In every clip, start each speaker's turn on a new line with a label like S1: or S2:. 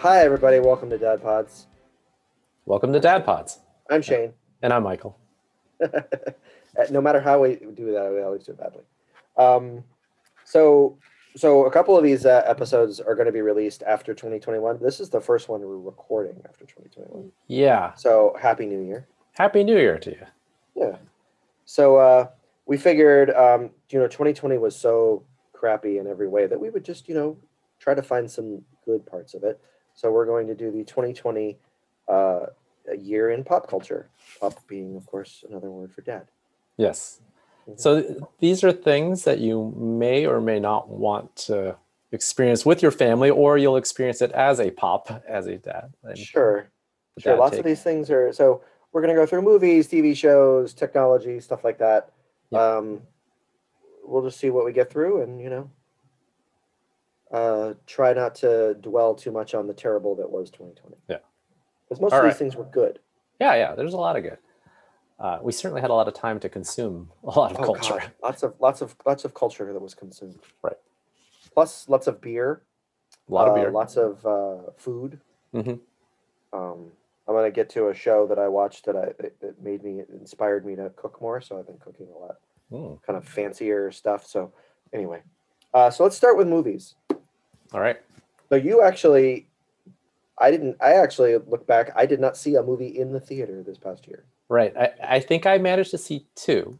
S1: Hi, everybody. Welcome to Dad Pods.
S2: Welcome to Dad Pods.
S1: I'm Shane. Uh,
S2: And I'm Michael.
S1: no matter how we do that, we always do it badly. Um, so, so a couple of these uh, episodes are going to be released after 2021. This is the first one we're recording after 2021.
S2: Yeah.
S1: So, happy New Year.
S2: Happy New Year to you.
S1: Yeah. So uh, we figured, um, you know, 2020 was so crappy in every way that we would just, you know, try to find some good parts of it. So we're going to do the 2020 uh, year in pop culture. Pop being, of course, another word for dad.
S2: Yes.
S1: Mm-hmm.
S2: So th- these are things that you may or may not want to experience with your family, or you'll experience it as a pop, as a dad. and
S1: Sure.
S2: the
S1: Sure.
S2: dad
S1: Lots
S2: take.
S1: of these things are so we're going to go through movies, TV shows, technology, stuff like that.
S2: Yeah.
S1: Um, we'll just see what we get through and, you know, uh, try not to dwell too much on the terrible that was 2020.
S2: Yeah.
S1: Because most
S2: All
S1: of
S2: right.
S1: these things were good.
S2: Yeah, yeah. There's a lot of good. Uh, we certainly had a lot of time to consume a lot of
S1: Oh,
S2: culture.
S1: God. Lots of lots of lots of culture that was consumed.
S2: Right.
S1: Plus lots of beer.
S2: A lot of
S1: uh,
S2: beer.
S1: Lots of uh, food.
S2: Mhm.
S1: Um, I'm gonna get to a show that I watched that I that- that made me it inspired me to cook more. So I've been cooking a lot,
S2: Mm,
S1: kind of fancier stuff. So anyway, uh, so let's start with movies.
S2: All right.
S1: So you actually, I didn't. I actually look back. I did not see a movie in the theater this past year.
S2: Right. I, I think I managed to see two.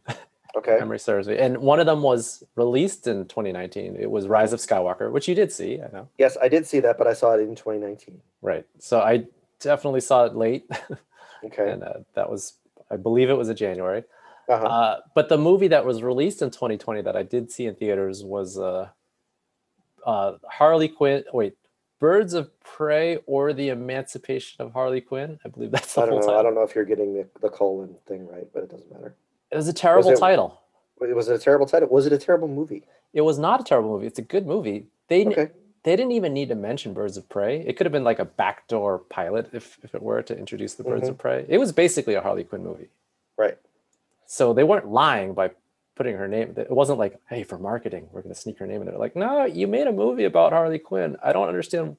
S1: Okay.
S2: memory serves me. And one of them was released in 2019. It was Rise of Skywalker, which you did see, I know.
S1: Yes, I did see that, but I saw it in 2019.
S2: Right. So I definitely saw it late.
S1: Okay.
S2: and uh, that was, I believe it was in January.
S1: Uh-huh.
S2: Uh, but the movie that was released in 2020 that I did see in theaters was uh, uh, Harley Quinn. Wait, Birds of Prey or The Emancipation of Harley Quinn? I believe that's the
S1: I don't
S2: whole
S1: know. I
S2: title.
S1: don't know if you're getting the, the colon thing right, but it doesn't matter.
S2: It was a terrible
S1: it-
S2: title.
S1: Wait, Was it a terrible title? Was it a terrible movie?
S2: It was not a terrible movie. It's a good movie. They n-
S1: Okay.
S2: they didn't even need to mention birds of prey it could have been like a backdoor pilot if, if it were to introduce the
S1: Mm-hmm.
S2: birds of prey it was basically a harley quinn movie
S1: Right.
S2: so they weren't lying by putting her name it wasn't like hey for marketing we're going to sneak her name in there like no you made a movie about harley quinn i don't understand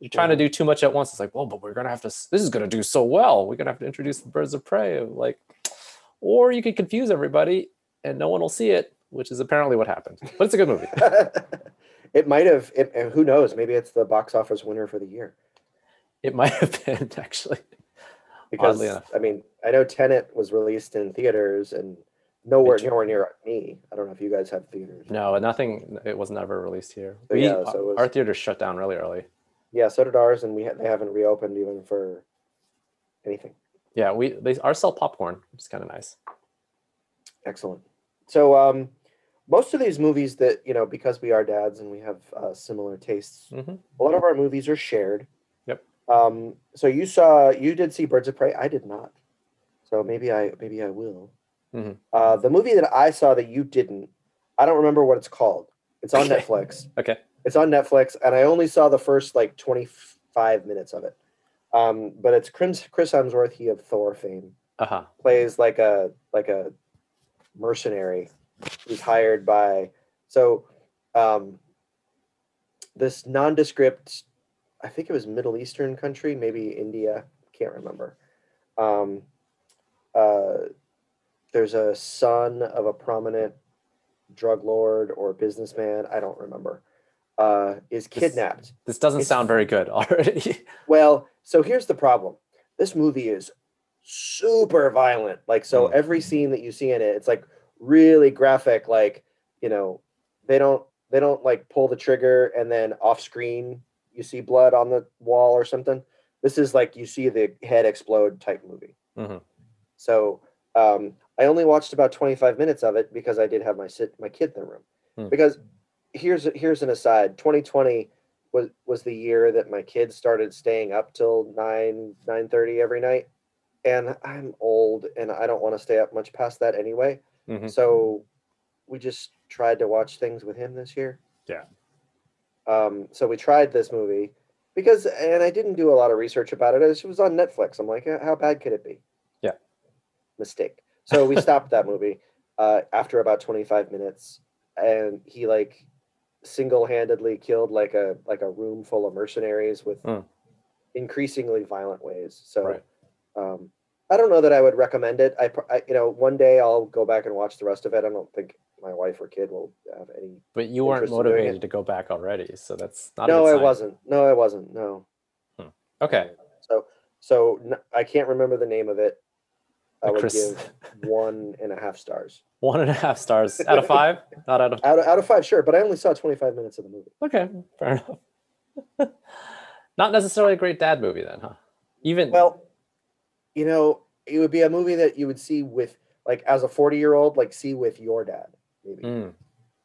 S2: you're trying to do too much at once it's like well but we're going to have to s- this is going to do so well we're going to have to introduce the birds of prey like or you could confuse everybody and no one will see it which is apparently what happened but it's a good movie
S1: it might have. It, and who knows? Maybe it's the box office winner for the year.
S2: it might have been actually
S1: Because
S2: Oddly enough.
S1: I mean, I know Tenet was released in theaters and nowhere
S2: Inter-
S1: nowhere near me. I don't know if you guys have theaters.
S2: No, nothing. It was never released here.
S1: So,
S2: we, uh,
S1: yeah, so it was-
S2: Our theater shut down really early.
S1: Yeah, so did ours, and we ha- they haven't reopened even for anything.
S2: Yeah, we they ours sell popcorn, which is kind of nice.
S1: Excellent. So um, most of these movies that you know, because we are dads and we have uh, similar tastes,
S2: Mhm.
S1: a lot of our movies are shared.
S2: Yep.
S1: Um, so you saw, you did see Birds of Prey. I did not. So maybe I, maybe I will.
S2: Mhm.
S1: Uh, the movie that I saw that you didn't, I don't remember what it's called. It's on
S2: Okay.
S1: Netflix.
S2: Okay.
S1: It's on Netflix, and I only saw the first like twenty five minutes of it. Um, but it's Chris Chris Hemsworth, he of Thor fame
S2: Uh huh.
S1: plays like a like a mercenary who's hired by so um this nondescript i think it was middle eastern country maybe india can't remember um uh there's a son of a prominent drug lord or businessman i don't remember uh is kidnapped
S2: This doesn't
S1: It's-
S2: sound very good already.
S1: well, so here's the problem. This movie is super violent. Like, so
S2: Mm.
S1: every scene that you see in it, it's like really graphic. Like, you know, they don't they don't like pull the trigger and then off screen you see blood on the wall or something. This is like you see the head explode type movie.
S2: Mhm.
S1: So um, I only watched about 25 minutes of it because I did have my sit my kid in the room.
S2: Mm.
S1: Because here's here's an aside. 2020 was was the year that my kids started staying up till nine nine thirty every night, and I'm old and I don't want to stay up much past that anyway.
S2: Mhm.
S1: So we just tried to watch things with him this year.
S2: Yeah.
S1: Um. So we tried this movie because, and I didn't do a lot of research about it. It was on Netflix. I'm like, "Eh, how bad could it be?
S2: Yeah.
S1: Mistake. So we stopped that movie uh, after about 25 minutes, and he like single-handedly killed like a like a room full of mercenaries with
S2: Mm.
S1: increasingly violent ways. So
S2: Right.
S1: um, I don't know that I would recommend it. I, pr- I, you know, one day I'll go back and watch the rest of it. I don't think my wife or kid will have any.
S2: But you weren't
S1: Interest in doing
S2: motivated
S1: it.
S2: to go back already, so that's not. a
S1: No, I
S2: good sign.
S1: wasn't. No, I wasn't. No.
S2: Okay,
S1: So, so n- I can't remember the name of it. I would
S2: Chris,
S1: give one and a half stars
S2: one and a half stars out of five. Not out of.
S1: out of, out of five. Sure. But I only saw 25 minutes of the movie.
S2: Okay, fair enough. not necessarily a great dad movie then, huh? Even
S1: Well, you know, it would be a movie that you would see with like as a 40 year old, like see with your dad, maybe.
S2: Mm,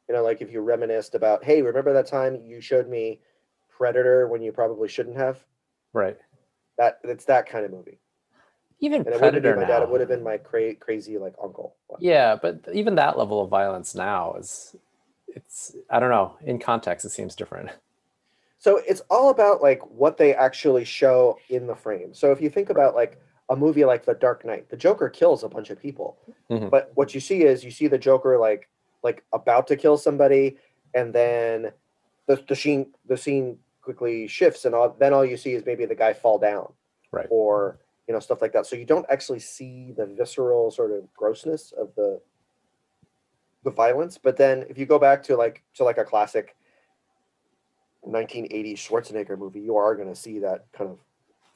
S1: You know, like if you reminisced about, hey, remember that time you showed me Predator when you probably shouldn't have?
S2: right.
S1: That it's that kind of movie.
S2: Even
S1: And it wouldn't
S2: Predator
S1: have been my
S2: now.
S1: dad, it would have been my cra- crazy like uncle.
S2: Yeah, but th- even that level of violence now is it's I don't know, in context it seems different.
S1: So it's all about like what they actually show in the frame. So if you think about like a movie like The Dark Knight, the Joker kills a bunch of people.
S2: Mhm.
S1: But what you see is you see the Joker like like about to kill somebody and then the, the scene the scene quickly shifts and all then all you see is maybe the guy fall down.
S2: Right.
S1: Or you know stuff like that. So you don't actually see the visceral sort of grossness of the the violence, but then if you go back to like to like a classic 1980 Schwarzenegger movie, you are going to see that kind of.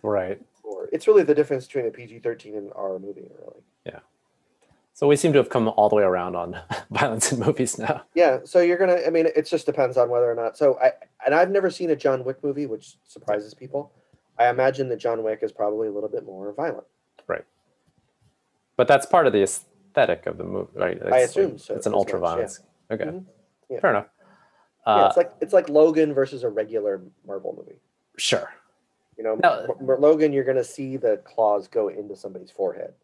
S2: Right.
S1: Or it's really the difference between a PG-13 and R movie, really.
S2: So we seem to have come all the way around on violence in movies now.
S1: Yeah, so you're gonna. I mean, it just depends on whether or not. So I and I've never seen a John Wick movie, which surprises people. I imagine that John Wick is probably a little bit more violent.
S2: But that's part of the aesthetic of the movie, right? It's like-
S1: assume so,
S2: It's
S1: as
S2: an
S1: much,
S2: ultra violence. Okay.
S1: Mhm. Yeah.
S2: Fair enough.
S1: Yeah,
S2: Uh,
S1: it's like it's like Logan versus a regular Marvel movie.
S2: sure.
S1: You know,
S2: No.
S1: M- M- Logan, you're gonna see the claws go into somebody's forehead.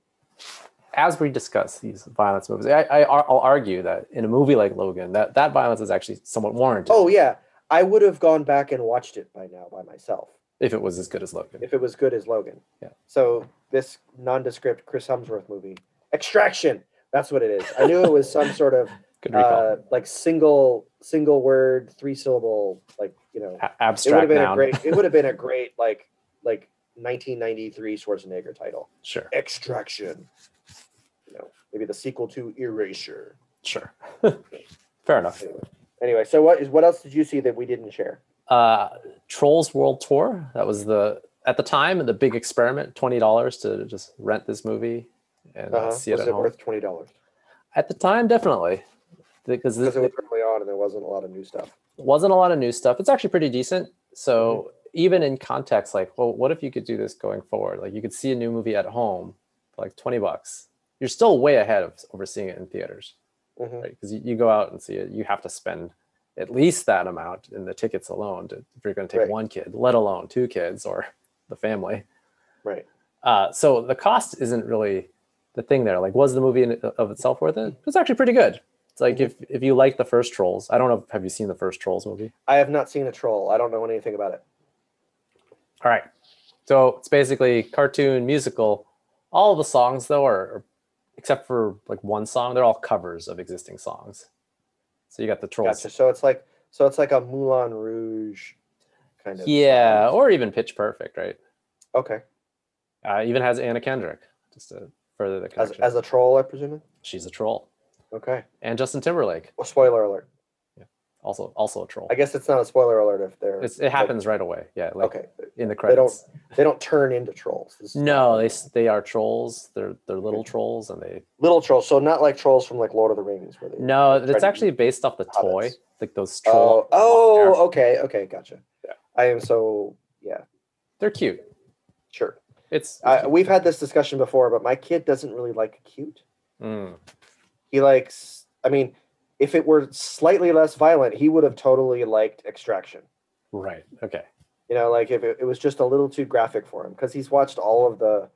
S2: As we discuss these violence movies, I, I, I'll argue that in a movie like Logan, that, that violence is actually somewhat warranted
S1: Oh yeah, I would have gone back and watched it by now by myself.
S2: if it was as good as Logan.
S1: if it was good as Logan.
S2: Yeah.
S1: So this nondescript Chris Hemsworth movie, Extraction. That's what it is. I knew it was some sort of
S2: Good recall.
S1: uh, like single single word, three syllable, like you know.
S2: A-
S1: It would have
S2: abstract
S1: been a
S2: noun.
S1: great. It would have been a great like like 1993 Schwarzenegger title,
S2: sure.
S1: Extraction. You know, maybe the sequel to Erasure.
S2: Sure. Fair enough.
S1: Anyway, so what is what else did you see that we didn't share?
S2: uh, Trolls World Tour. That was the at the time the big experiment. Twenty dollars to just rent this movie and uh,
S1: Uh-huh. Was
S2: see it
S1: it
S2: at home.
S1: worth twenty dollars?
S2: at the time, definitely, because
S1: Because it
S2: there
S1: was early on and there wasn't a lot of new stuff.
S2: wasn't a lot of new stuff. It's actually pretty decent. So even in context, like, well, what if you could do this going forward? Like, you could see a new movie at home for like twenty bucks. You're still way ahead of overseeing it in theaters,
S1: Mhm.
S2: right? Because you, you go out and see it, you have to spend at least that amount in the tickets alone to, if you're going to take
S1: Right.
S2: one kid, let alone two kids or the family.
S1: Right.
S2: Uh, so the cost isn't really the thing there. Like, was the movie in, of itself worth it? It's actually pretty good. It's like if if you like the first Trolls, I don't know. Have you seen the first Trolls movie?
S1: I have not seen a troll. I don't know anything about it.
S2: All right. So it's basically cartoon musical. All the songs though are, are- except for like one song, they're all covers of existing songs. So you got the Trolls,
S1: Gotcha. So it's like so it's like a Moulin Rouge kind of.
S2: yeah, or even Pitch Perfect, right?
S1: Okay.
S2: Uh, even has Anna Kendrick. Just to further the
S1: As,
S2: connection,
S1: as a troll, I presume.
S2: she's a troll,
S1: Okay.
S2: and Justin Timberlake
S1: Well, spoiler alert.
S2: also also a troll.
S1: I guess it's not a spoiler alert if they're.
S2: It's, it happens right away. Yeah, like
S1: okay.
S2: in
S1: They
S2: the
S1: don't.
S2: credits.
S1: They don't turn into trolls. This is
S2: No, they s- they are trolls. They're they're little trolls, and they
S1: little trolls. So not like trolls from like Lord of the Rings, where they.
S2: no. It's
S1: Freddy
S2: actually based off the toy,
S1: Hobbits.
S2: like those troll.
S1: Oh. Oh.
S2: they're-
S1: Okay. Okay. Gotcha.
S2: Yeah.
S1: I am so. Yeah.
S2: They're cute.
S1: Sure.
S2: It's
S1: I, we've had this discussion before, but my kid doesn't really like cute.
S2: mm,
S1: he likes i mean if it were slightly less violent he would have totally liked extraction
S2: right. Okay.
S1: you know like if it, it was just a little too graphic for him because he's watched all of the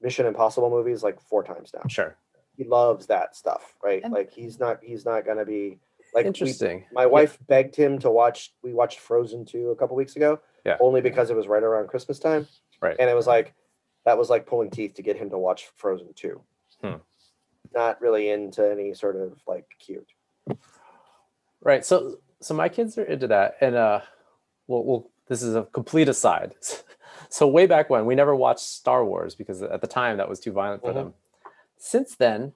S1: mission impossible movies like four times now
S2: Sure.
S1: he loves that stuff right
S2: And-
S1: like he's not he's not gonna be like we-
S2: Interesting.
S1: my wife begged him to watch we watched frozen 2 a couple weeks ago
S2: Yeah.
S1: only because it was right around christmas time
S2: Right.
S1: and it was like that was like pulling teeth to get him to watch frozen 2
S2: Hmm.
S1: not really into any sort of like cute
S2: Right. So so my kids are into that, and uh, we'll, we'll this is a complete aside. so way back when we never watched Star Wars because at the time that was too violent for
S1: Mhm.
S2: them. Since then,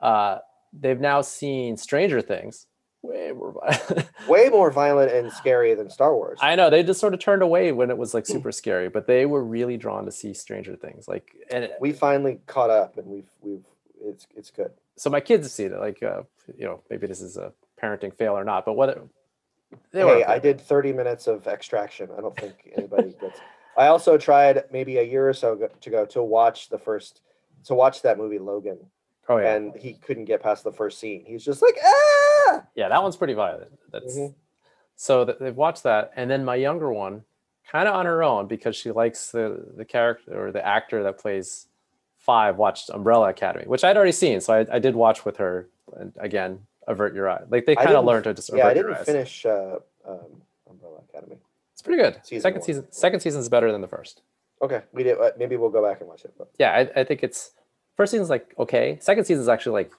S2: uh, they've now seen Stranger Things. Way more violent.
S1: Way more violent and scary than Star Wars.
S2: I know they just sort of turned away when it was like super scary, but they were really drawn to see Stranger Things. Like, and it-
S1: we finally caught up, and we've we've it's it's good.
S2: so my kids have seen it. Like, uh, you know, maybe this is a parenting fail or not, but whether they
S1: hey,
S2: were
S1: I did 30 minutes of extraction. I don't think anybody gets. I also tried maybe a year or so go- to go to watch the first to watch that movie Logan,
S2: oh yeah,
S1: and he couldn't get past the first scene. He's just like ah.
S2: yeah, that one's pretty violent. That's
S1: Mhm.
S2: so th- they've watched that, and then my younger one, kind of on her own because she likes the the character or the actor that plays Five, watched Umbrella Academy, which I'd already seen, so I, I did watch with her. And again, avert your eye. Like they
S1: I
S2: kind of
S1: didn't-
S2: learned to just
S1: Yeah, I
S2: avert your
S1: didn't
S2: eyes.
S1: finish uh, um, Umbrella Academy.
S2: It's pretty good.
S1: Season
S2: second
S1: one.
S2: season, second season's better than the first.
S1: Okay, we did. Uh, maybe we'll go back and watch it. But
S2: Yeah, I, I think it's first season's like okay. Second season's actually like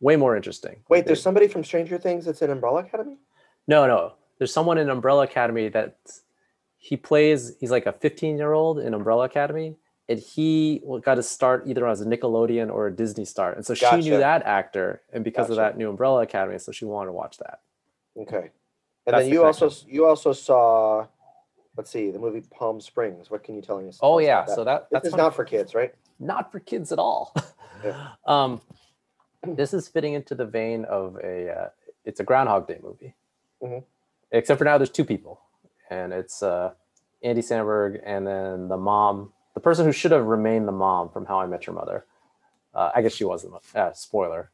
S2: way more interesting. Like,
S1: wait,
S2: they-
S1: there's somebody from Stranger Things that's in Umbrella Academy.
S2: no, no. There's someone in Umbrella Academy that he plays. He's like a 15 year old in Umbrella Academy, and he w- got his start either as a Nickelodeon or a Disney star, and so she
S1: Gotcha.
S2: knew that actor, and because of
S1: Gotcha.
S2: that, knew Umbrella Academy, so she wanted to watch that.
S1: Okay, and
S2: That's
S1: then
S2: the
S1: you also s- you also saw, let's see, the movie Palm Springs. What can you tell us? us about
S2: Oh yeah,
S1: that?
S2: so that
S1: this
S2: that's
S1: is
S2: one of-
S1: not for kids, right?
S2: not for kids at all.
S1: Yeah.
S2: um, this is fitting into the vein of a uh, it's a Groundhog Day movie,
S1: Mhm.
S2: except for now there's two people, and it's uh, Andy Samberg and then the mom, the person who should have remained the mom from How I Met Your Mother. Uh, I guess she was the mo- uh, spoiler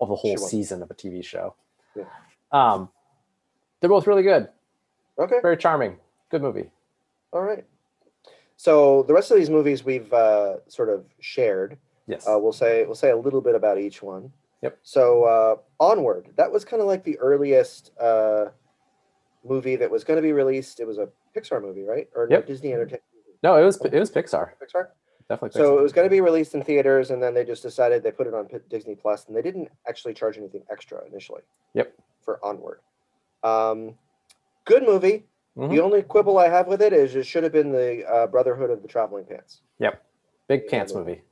S2: of a
S1: She
S2: whole
S1: was.
S2: season of a TV show.
S1: Yeah.
S2: Um, they're both really good,
S1: Okay.
S2: very charming, good movie.
S1: All right. So the rest of these movies we've uh, sort of shared.
S2: Yes.
S1: Uh, we'll say we'll say a little bit about each one.
S2: Yep.
S1: So uh, onward, that was kind of like the earliest uh, movie that was going to be released. It was a Pixar movie, right? Or no,
S2: Yep.
S1: Disney Entertainment
S2: no, it was it was Pixar,
S1: Pixar.
S2: definitely. Pixar.
S1: So it was going to be released in theaters, and then they just decided they put it on P- Disney Plus, and they didn't actually charge anything extra initially.
S2: Yep.
S1: For onward, um, good movie.
S2: Mhm.
S1: The only quibble I have with it is it should have been the uh, Brotherhood of the Traveling Pants.
S2: big pants movie.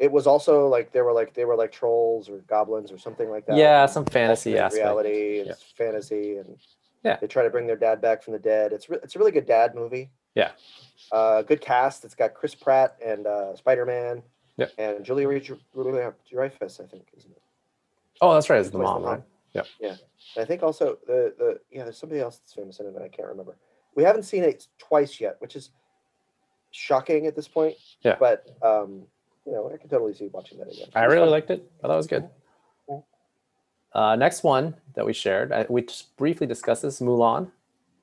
S1: It was also like they were like they were like trolls or goblins or something like that.
S2: yeah
S1: and
S2: some fantasy
S1: alternate
S2: aspect
S1: reality. And
S2: Yeah.
S1: It's fantasy, and
S2: Yeah.
S1: they try to bring their dad back from the dead. It's re- it's a really good dad movie.
S2: Yeah.
S1: uh, good cast. It's got Chris Pratt and uh, Spider Man.
S2: Yep.
S1: and Julia Dreyfus, I think, isn't it?
S2: oh that's right it's the
S1: Plays the
S2: mom
S1: mom.
S2: right
S1: And I think also the the yeah, there's somebody else that's famous in it, but I can't remember. We haven't seen it twice yet, which is shocking at this point.
S2: Yeah.
S1: But um, you know, I could totally see watching that again.
S2: i
S1: It's
S2: really
S1: fun.
S2: liked it i thought it was good
S1: Mhm.
S2: uh, next one that we shared I, we just briefly discussed this mulan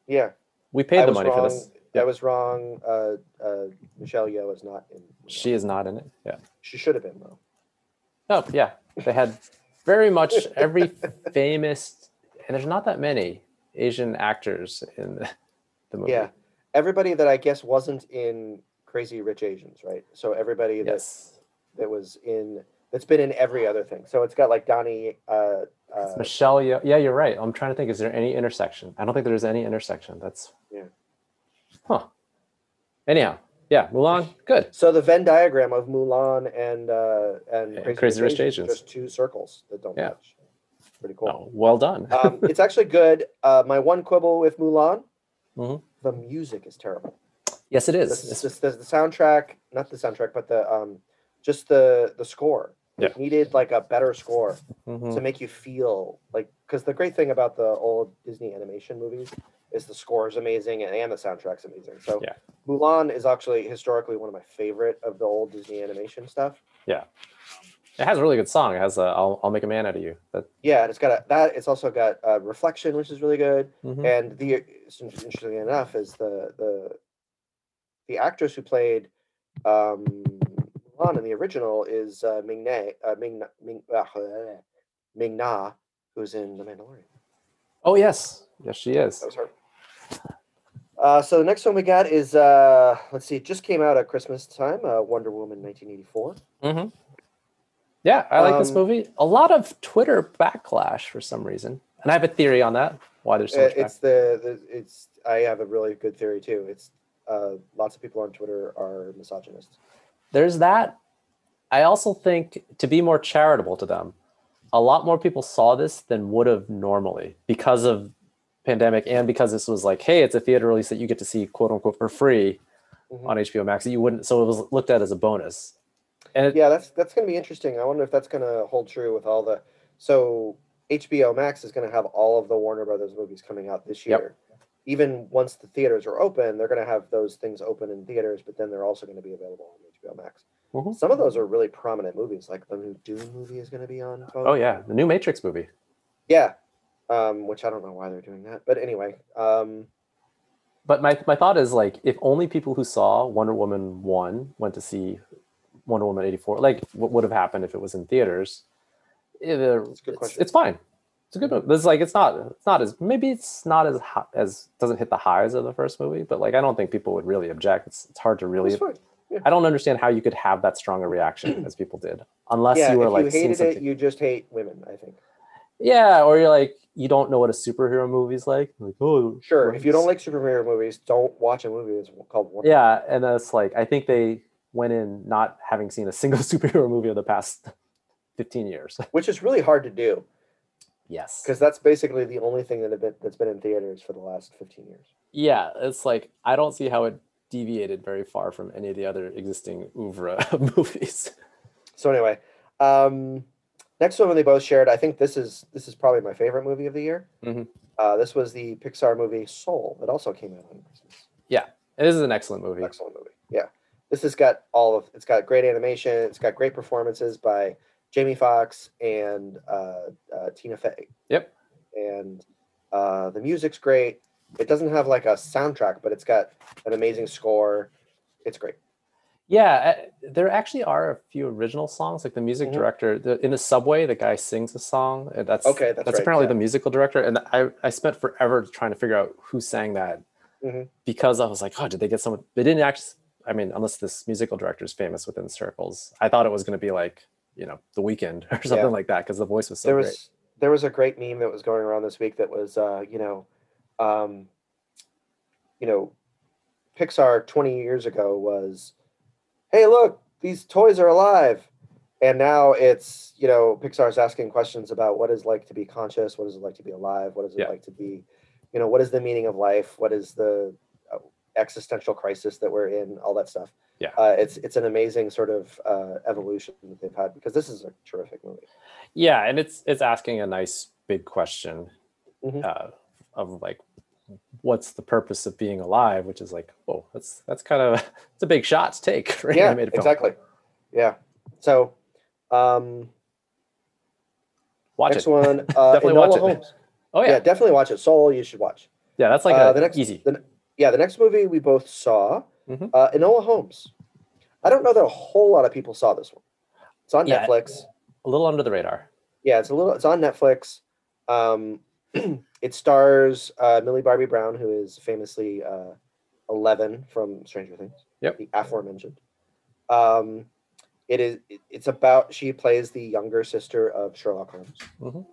S1: Yeah.
S2: we
S1: I
S2: paid the
S1: was
S2: money
S1: wrong.
S2: for this
S1: I
S2: Yeah.
S1: was wrong. Uh, uh, Michelle Yeoh is not in.
S2: she is not in it yeah
S1: she should have been though.
S2: oh yeah they had very much every famous and there's not that many asian actors in the, the movie
S1: Yeah. Everybody that I guess wasn't in Crazy Rich Asians, right? So everybody that
S2: yes
S1: that was in that's been in every other thing. So it's got like Donnie. Uh, uh,
S2: It's michelle Yeoh. yeah you're right i'm trying to think is there any intersection i don't think there's any intersection that's
S1: Yeah.
S2: huh anyhow yeah mulan good
S1: so the Venn diagram of Mulan and uh, and
S2: And Crazy Rich Asians.
S1: just two circles that don't
S2: Yeah.
S1: match. Pretty cool.
S2: Oh, well done.
S1: um, it's actually good. Uh, my one quibble with Mulan,
S2: Mhm.
S1: the music is terrible.
S2: yes, it
S1: The,
S2: is.
S1: s-
S2: It's-
S1: the, s- the, the soundtrack, not the soundtrack, but the um, just the the score. It needed like a better score.
S2: mhm.
S1: to make you feel like because the great thing about the old Disney animation movies is the score is amazing and, and the soundtrack's amazing. So
S2: Yeah.
S1: Mulan is actually historically one of my favorite of the old Disney animation stuff.
S2: It has a really good song. It has a, I'll, I'll make a man out of you. That,
S1: Yeah, and it's got a, that. It's also got uh, reflection, which is really good.
S2: mhm.
S1: And the it's in- interestingly enough is the the the actress who played um, Mulan in the original is uh, Ming Na, uh, Ming Ming uh, Ming Na, who's in The Mandalorian.
S2: Oh, yes. Yes, she is.
S1: That was her. Uh, so the next one we got is uh, let's see, it just came out at Christmas time, uh, Wonder Woman 1984.
S2: Mhm. Yeah, I like this
S1: Um,
S2: movie. A lot of Twitter backlash for some reason. And I have a theory on that. Why there's so
S1: Uh,
S2: much back-
S1: it's the, the it's I have a really good theory too. It's uh, lots of people on Twitter are misogynists.
S2: There's that. I also think to be more charitable to them, a lot more people saw this than would have normally because of pandemic and because this was like, hey, it's a theater release that you get to see quote unquote for free
S1: Mhm.
S2: on HBO Max that you wouldn't. So it was looked at as a bonus. And it,
S1: Yeah, that's that's going to be interesting. I wonder if that's going to hold true with all the. So HBO Max is going to have all of the Warner Brothers movies coming out this
S2: Yep.
S1: year. Even once the theaters are open, they're going to have those things open in theaters, but then they're also going to be available on HBO Max.
S2: Mhm.
S1: Some of those are really prominent movies, like the new Dune movie is going to be on. both.
S2: oh yeah, the new Matrix movie.
S1: yeah, um, which I don't know why they're doing that, but anyway, um,
S2: But my, my thought is like if only people who saw Wonder Woman 1 went to see Wonder Woman 84, like what would have happened if it was in theaters? It, uh,
S1: a good
S2: it's,
S1: question.
S2: it's fine. It's a good movie. It's like it's not it's not as maybe it's not as hot as doesn't hit the highs of the first movie, but like I don't think people would really object. It's, it's hard to
S1: it was
S2: really
S1: fun.
S2: I don't understand how you could have that strong a reaction as people did. Unless
S1: Yeah,
S2: you were
S1: if
S2: like
S1: you
S2: seeing
S1: hated
S2: something.
S1: it, you just hate women. I think.
S2: Yeah, or you're like you don't know what a superhero movie's like. Like, oh
S1: Sure, if you
S2: like.
S1: don't like superhero movies, don't watch a movie that's called Wonder
S2: Yeah, and it's like I think they went in not having seen a single superhero movie of the past 15 years.
S1: which is really hard to do
S2: Yes.
S1: because that's basically the only thing that have been, that's been in theaters for the last 15 years.
S2: Yeah, it's like I don't see how it deviated very far from any of the other existing oeuvre of movies.
S1: So anyway, um, next one they both shared. I think this is this is probably my favorite movie of the year.
S2: Mhm.
S1: Uh, this was the Pixar movie Soul. It also came out on Christmas.
S2: And this is an excellent movie.
S1: Excellent movie. Yeah, this has got all of it's got great animation. It's got great performances by Jamie Foxx and uh, uh, Tina Fey.
S2: Yep.
S1: And uh, the music's great. It doesn't have like a soundtrack, but it's got an amazing score. It's great.
S2: Yeah, uh, there actually are a few original songs. Like the music
S1: Mhm.
S2: director the, in the subway, the guy sings a song. And that's
S1: Okay, that's right,
S2: apparently
S1: yeah.
S2: the musical director. And I, I spent forever trying to figure out who sang that
S1: Mhm.
S2: because I was like, oh, did they get someone? They didn't actually. I mean, unless this musical director is famous within circles, I thought it was going to be like you know The Weeknd or something
S1: Yeah.
S2: like that because the voice was so
S1: there
S2: great.
S1: was there was a great meme that was going around this week that was uh, you know, um, you know, Pixar twenty years ago was, hey look, these toys are alive, and now it's you know Pixar's asking questions about what is like to be conscious, what is it like to be alive, what is it
S2: Yeah.
S1: like to be, you know, what is the meaning of life, what is the uh, existential crisis that we're in, all that stuff.
S2: Yeah.
S1: uh, it's it's an amazing sort of uh, evolution that they've had because this is a terrific movie.
S2: Yeah, and it's it's asking a nice big question
S1: Mhm.
S2: uh, of like, what's the purpose of being alive? Which is like, oh, that's that's kind of it's a big shot to take for an
S1: yeah,
S2: animated film.
S1: exactly. Yeah. So, um,
S2: Watch
S1: next
S2: it.
S1: one, uh,
S2: Definitely
S1: Enola
S2: watch it.
S1: Holmes.
S2: Oh
S1: Yeah.
S2: yeah, yeah,
S1: definitely watch it. Soul, you should watch.
S2: that's like
S1: uh,
S2: a,
S1: the next-
S2: easy.
S1: the- Yeah, the next movie we both saw,
S2: Mhm.
S1: uh, Enola Holmes. I don't know that a whole lot of people saw this one. It's on
S2: Yeah.
S1: Netflix.
S2: A little under the radar.
S1: Yeah, it's a little. It's on Netflix. Um, it stars uh, Millie Bobby Brown, who is famously uh, Eleven from Stranger Things.
S2: Yep.
S1: the aforementioned. Um, it is. it- It's about she plays the younger sister of Sherlock Holmes,
S2: Mhm.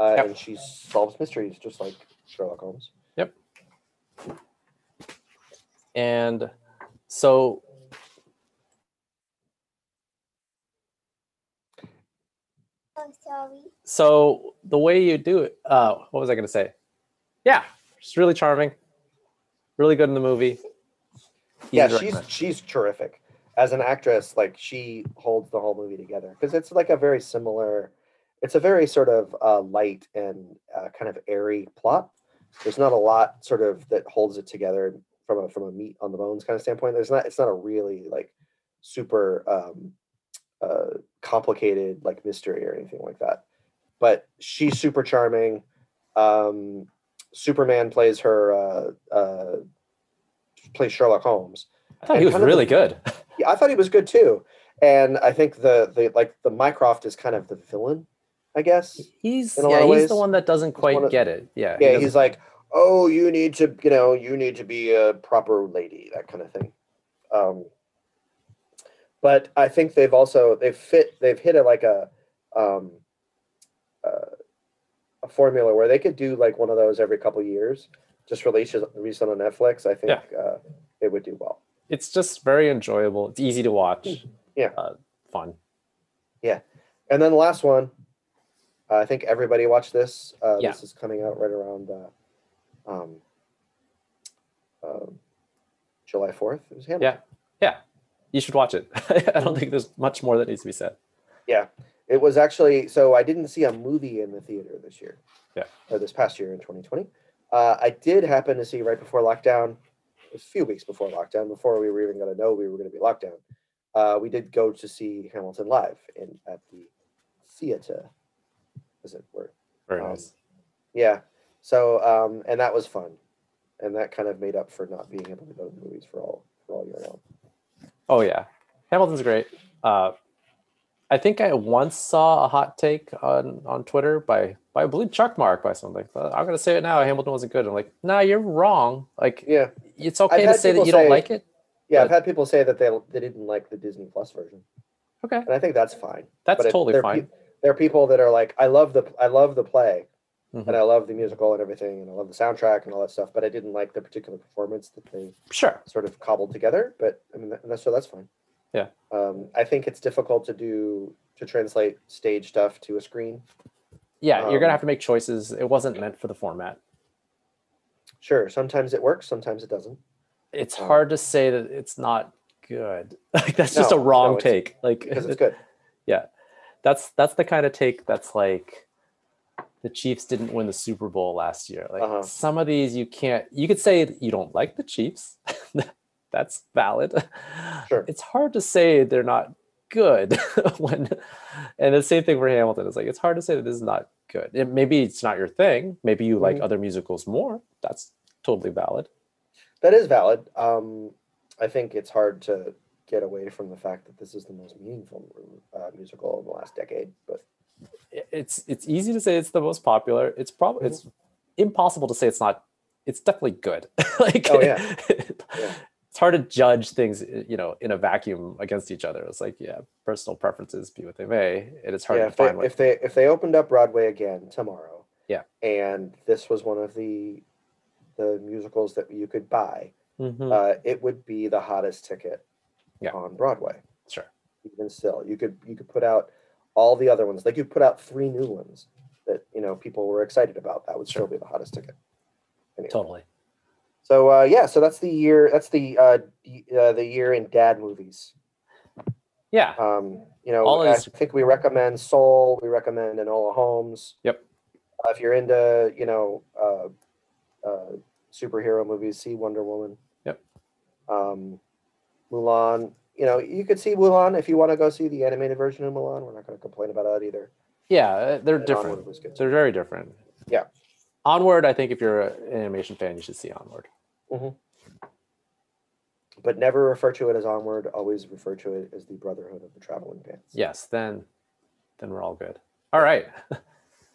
S1: uh,
S2: Yep.
S1: and she solves mysteries just like Sherlock Holmes.
S2: And so
S3: Oh, sorry.
S2: so the way you do it uh what was i going to say yeah she's really charming really good in the movie Easy
S1: Yeah,
S2: to
S1: she's
S2: recommend.
S1: she's terrific as an actress. Like she holds the whole movie together because it's like a very similar. It's a very sort of uh, light and uh, kind of airy plot. There's not a lot sort of that holds it together from a from a meat on the bones kind of standpoint. There's not. It's not a really like super um, uh, complicated like mystery or anything like that. But she's super charming. Um, Superman plays her uh, uh, plays Sherlock Holmes,
S2: i thought he was
S1: kind of the-
S2: really good
S1: yeah, I thought he was good too. And I think the the like the Mycroft is kind of the villain, I guess.
S2: he's
S1: In a lot
S2: yeah
S1: of
S2: he's
S1: ways,
S2: the one that doesn't
S1: one
S2: quite
S1: of-
S2: get it yeah he
S1: Yeah,
S2: doesn't-
S1: he's like, oh, you need to, you know, you need to be a proper lady, that kind of thing. Um, but I think they've also they've fit they've hit it like a um, uh, a formula where they could do like one of those every couple years just releases released on Netflix, I think uh, it would do well.
S2: It's just very enjoyable. It's easy to watch.
S1: Hmm. Yeah.
S2: Uh, fun.
S1: And then the last one, uh, I think everybody watched this. Uh,
S2: Yeah.
S1: This is coming out right around uh, um, um, July 4th. It was Hamilton.
S2: You should watch it. I don't think there's much more that needs to be said.
S1: It was actually, so I didn't see a movie in the theater this year.
S2: Yeah.
S1: Or this past year in 2020. Uh, I did happen to see right before lockdown, a few weeks before lockdown, before we were even going to know we were going to be locked down. Uh, we did go to see Hamilton live in at the theater, as it were.
S2: Very
S1: Um,
S2: nice.
S1: Yeah. So um, and that was fun, and that kind of made up for not being able to go to the movies for all for all year long.
S2: Oh yeah, Hamilton's great. Uh, I think I once saw a hot take on on Twitter by by a blue check mark by something. Uh, I'm gonna say it now. Hamilton wasn't good. I'm like, nah, you're wrong. Like,
S1: Yeah.
S2: it's okay to
S1: had
S2: say that
S1: people
S2: you don't
S1: say-
S2: like it.
S1: Yeah. I've
S2: But-
S1: had people say that they they didn't like the Disney Plus version,
S2: Okay,
S1: and I think that's fine.
S2: that's
S1: But if
S2: totally
S1: there are
S2: fine.
S1: peop- there are people that are like, I love the I love the play,
S2: Mhm.
S1: and I love the musical and everything, and I love the soundtrack and all that stuff, but I didn't like the particular performance that they
S2: Sure.
S1: sort of cobbled together. But I mean, that, so that's fine.
S2: Yeah.
S1: Um, I think it's difficult to do to translate stage stuff to a screen.
S2: Yeah, you're
S1: Um,
S2: gonna have to make choices. It wasn't meant for the format.
S1: Sure, sometimes it works, sometimes it doesn't.
S2: It's
S1: um,
S2: hard to say that it's not good. Like that's just
S1: No,
S2: a wrong
S1: no, it's-
S2: take. Like
S1: because it's good.
S2: that's that's the kind of take that's like the Chiefs didn't win the Super Bowl last year. Like
S1: Uh-huh.
S2: some of these you can't you could say that you don't like the Chiefs. that's valid.
S1: Sure.
S2: It's hard to say they're not good when and the same thing for Hamilton. It's like it's hard to say that this is not good. It, maybe it's not your thing. Maybe you like
S1: Mhm.
S2: other musicals more. That's totally valid.
S1: That is valid. Um, I think it's hard to get away from the fact that this is the most meaningful uh, musical in the last decade. But
S2: I- It's it's easy to say it's the most popular. It's
S1: Mm-hmm.
S2: probably it's impossible to say it's not it's definitely good. like
S1: Oh, yeah. Yeah.
S2: it's hard to judge things, i- you know, in a vacuum against each other. It's like, yeah, personal preferences be what they may. And it's hard
S1: yeah,
S2: to
S1: if they,
S2: find what
S1: if they if they opened up Broadway again tomorrow,
S2: Yeah.
S1: and this was one of the the musicals that you could buy,
S2: Mhm.
S1: uh, it would be the hottest ticket
S2: Yeah.
S1: on Broadway.
S2: Sure.
S1: Even still, you could you could put out all the other ones. Like you put out three new ones that you know people were excited about. That would
S2: Sure.
S1: still be the hottest ticket. Anyway.
S2: totally.
S1: So uh, yeah, so that's the year. That's the uh, y- uh, the year in dad movies.
S2: Yeah.
S1: Um, you know,
S2: All
S1: I
S2: these-
S1: think we recommend Soul. We recommend Enola Holmes.
S2: Yep.
S1: Uh, if you're into you know uh, uh, superhero movies, see Wonder Woman.
S2: Yep.
S1: Um, Mulan. You know, you could see Mulan if you want to go see the animated version of Mulan. We're not going to complain about that either.
S2: Yeah. uh, They're
S1: And
S2: different.
S1: Onward was good.
S2: They're very different.
S1: Yeah.
S2: Onward, I think if you're an animation fan, you should see Onward.
S1: But never refer to it as Onward. Always refer to it as the Brotherhood of the Traveling Pants.
S2: Yes, then then we're all good. All right.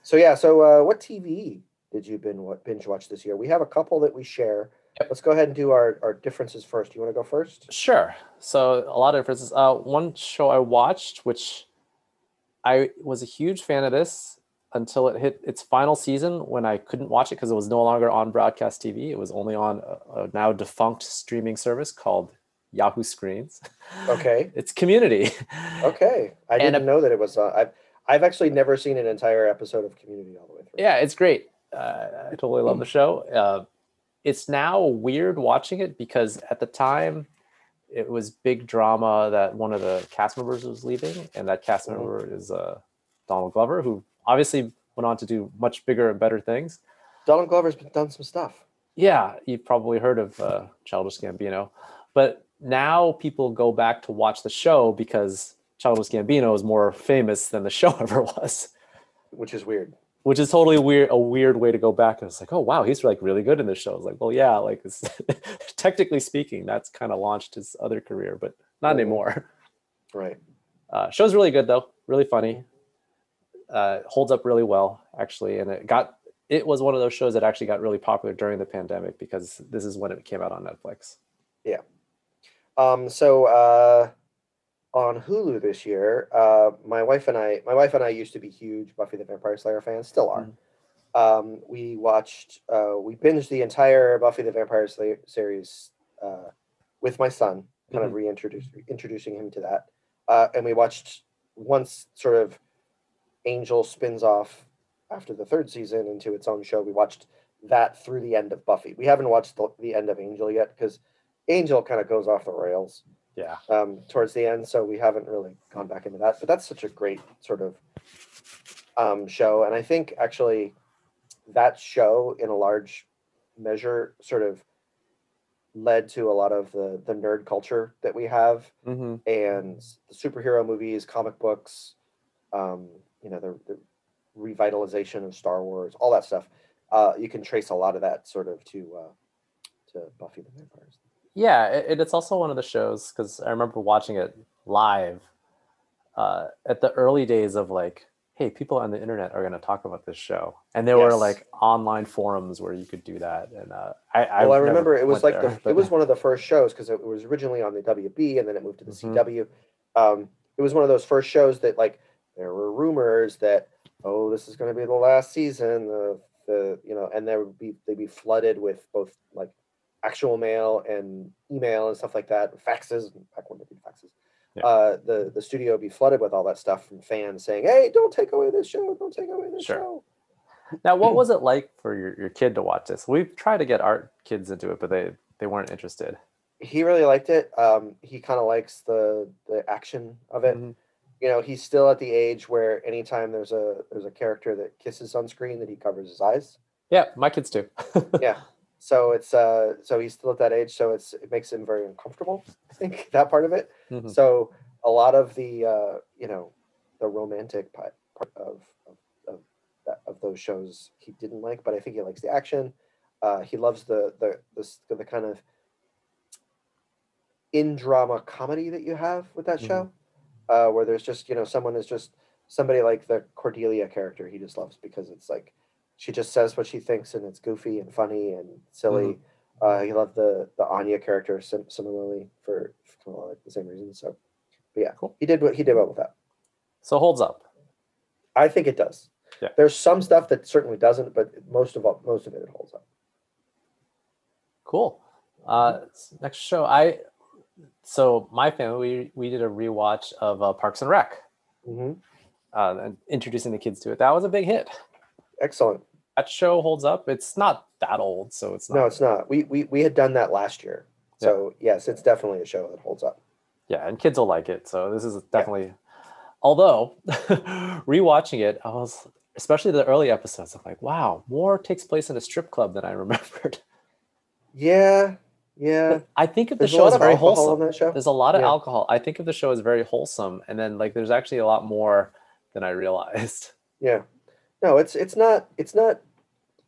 S1: So yeah, so uh, what TV did you binge wa- binge watch this year? We have a couple that we share.
S2: Yep.
S1: Let's go ahead and do our, our differences first. You want to go first?
S2: Sure. So a lot of differences. Uh, one show I watched, which I was a huge fan of this until it hit its final season when I couldn't watch it because it was no longer on broadcast TV. It was only on a, a now defunct streaming service called Yahoo Screens.
S1: Okay.
S2: It's Community.
S1: Okay. I
S2: And
S1: didn't
S2: a-
S1: know that it was. Uh, I've I've actually never seen an entire episode of Community all the way through.
S2: yeah, it's great. Uh, I totally love the show. Uh, it's now weird watching it because at the time it was big drama that one of the cast members was leaving, and that cast
S1: Mhm.
S2: member is uh, Donald Glover, who obviously went on to do much bigger and better things.
S1: Donald Glover's been- done some stuff.
S2: Yeah, you've probably heard of uh, Childish Gambino, but now people go back to watch the show because Childish Gambino is more famous than the show ever was
S1: Which is weird.
S2: which is totally weird a weird way to go back and it's like oh wow he's like really good in this show it's like well yeah like it's, technically speaking that's kind of launched his other career but not
S1: Mhm.
S2: anymore
S1: Right.
S2: uh, show's really good though really funny uh, holds up really well actually and it got it was one of those shows that actually got really popular during the pandemic because this is when it came out on netflix
S1: Um. So uh, on Hulu this year, uh, my wife and I, my wife and I used to be huge Buffy the Vampire Slayer fans. Still are. um, we watched uh, we binged the entire Buffy the Vampire Slayer series uh, with my son, kind of reintroducing introducing him to that, uh, and we watched once sort of Angel spins off after the third season into its own show. We watched that through the end of Buffy. We haven't watched the, the end of Angel yet because Angel kind of goes off the rails
S2: Yeah.
S1: um, towards the end, so we haven't really gone back into that. But that's such a great sort of um, show, and I think actually that show, in a large measure, sort of led to a lot of the the nerd culture that we have,
S2: Mm-hmm.
S1: and the superhero movies, comic books, um, you know, the, the revitalization of Star Wars, all that stuff. Uh, you can trace a lot of that sort of to uh, to Buffy the Vampire. Slayer.
S2: Yeah, it, it- it's also one of the shows because I remember watching it live uh, at the early days of like, hey, people on the internet are going to talk about this show, and there were
S1: Yes.
S2: like online forums where you could do that. And uh, I, I
S1: well, I remember it was like
S2: there,
S1: the,
S2: but-
S1: it was one of the first shows because it was originally on the WB and then it moved to the
S2: Mhm.
S1: CW. Um, it was one of those first shows that like there were rumors that oh this is going to be the last season the the you know and there would be they'd be flooded with both like actual mail and email and stuff like that faxes back when they did faxes.
S2: Yeah.
S1: Uh, the the studio would be flooded with all that stuff from fans saying hey don't take away this show don't take away this
S2: Sure.
S1: show.
S2: now. What was it like for your, your kid to watch this? We've tried to get our kids into it, but they they weren't interested.
S1: He really liked it. Um, he kind of likes the the action of it.
S2: Mhm.
S1: you know he's still at the age where anytime there's a there's a character that kisses on screen that he covers his eyes
S2: Yeah, my kids too.
S1: so it's uh so he's still at that age so it's it makes him very uncomfortable i think that part of it
S2: Mhm.
S1: so a lot of the uh you know the romantic part, part of of of, that, of those shows he didn't like but i think he likes the action uh he loves the the the, s- the kind of in drama comedy that you have with that
S2: Mhm.
S1: show uh where there's just you know someone is just somebody like the cordelia character he just loves because it's like she just says what she thinks and it's goofy and funny and silly. Uh, he loved the the Anya character sim- similarly for, for kinda like the same reason. So, but yeah,
S2: Cool.
S1: he did what he did well with that.
S2: so holds up.
S1: I think it does.
S2: Yeah.
S1: There's some stuff that certainly doesn't, but most of all, most of it, it holds up.
S2: Cool. Uh,
S1: Mm-hmm.
S2: s- next show, I so my family we, we did a rewatch of uh, Parks and Rec,
S1: hmm
S2: uh, and introducing the kids to it. That was a big hit.
S1: Excellent.
S2: That show holds up. It's not that old, so it's not.
S1: No, it's not. We we we had done that last year.
S2: Yeah.
S1: So yes, it's definitely a show that holds up.
S2: yeah, and kids will like it. So this is definitely. Although, rewatching it, I was especially the early episodes. I'm like, wow, more takes place in a strip club than I remembered.
S1: Yeah, yeah.
S2: But I think of the
S1: There's a
S2: show
S1: lot
S2: is
S1: of
S2: very
S1: alcohol
S2: wholesome.
S1: on that show.
S2: There's a lot of
S1: Yeah.
S2: alcohol. I think of the show as very wholesome, and then like there's actually a lot more than I realized.
S1: Yeah. No, it's it's not it's not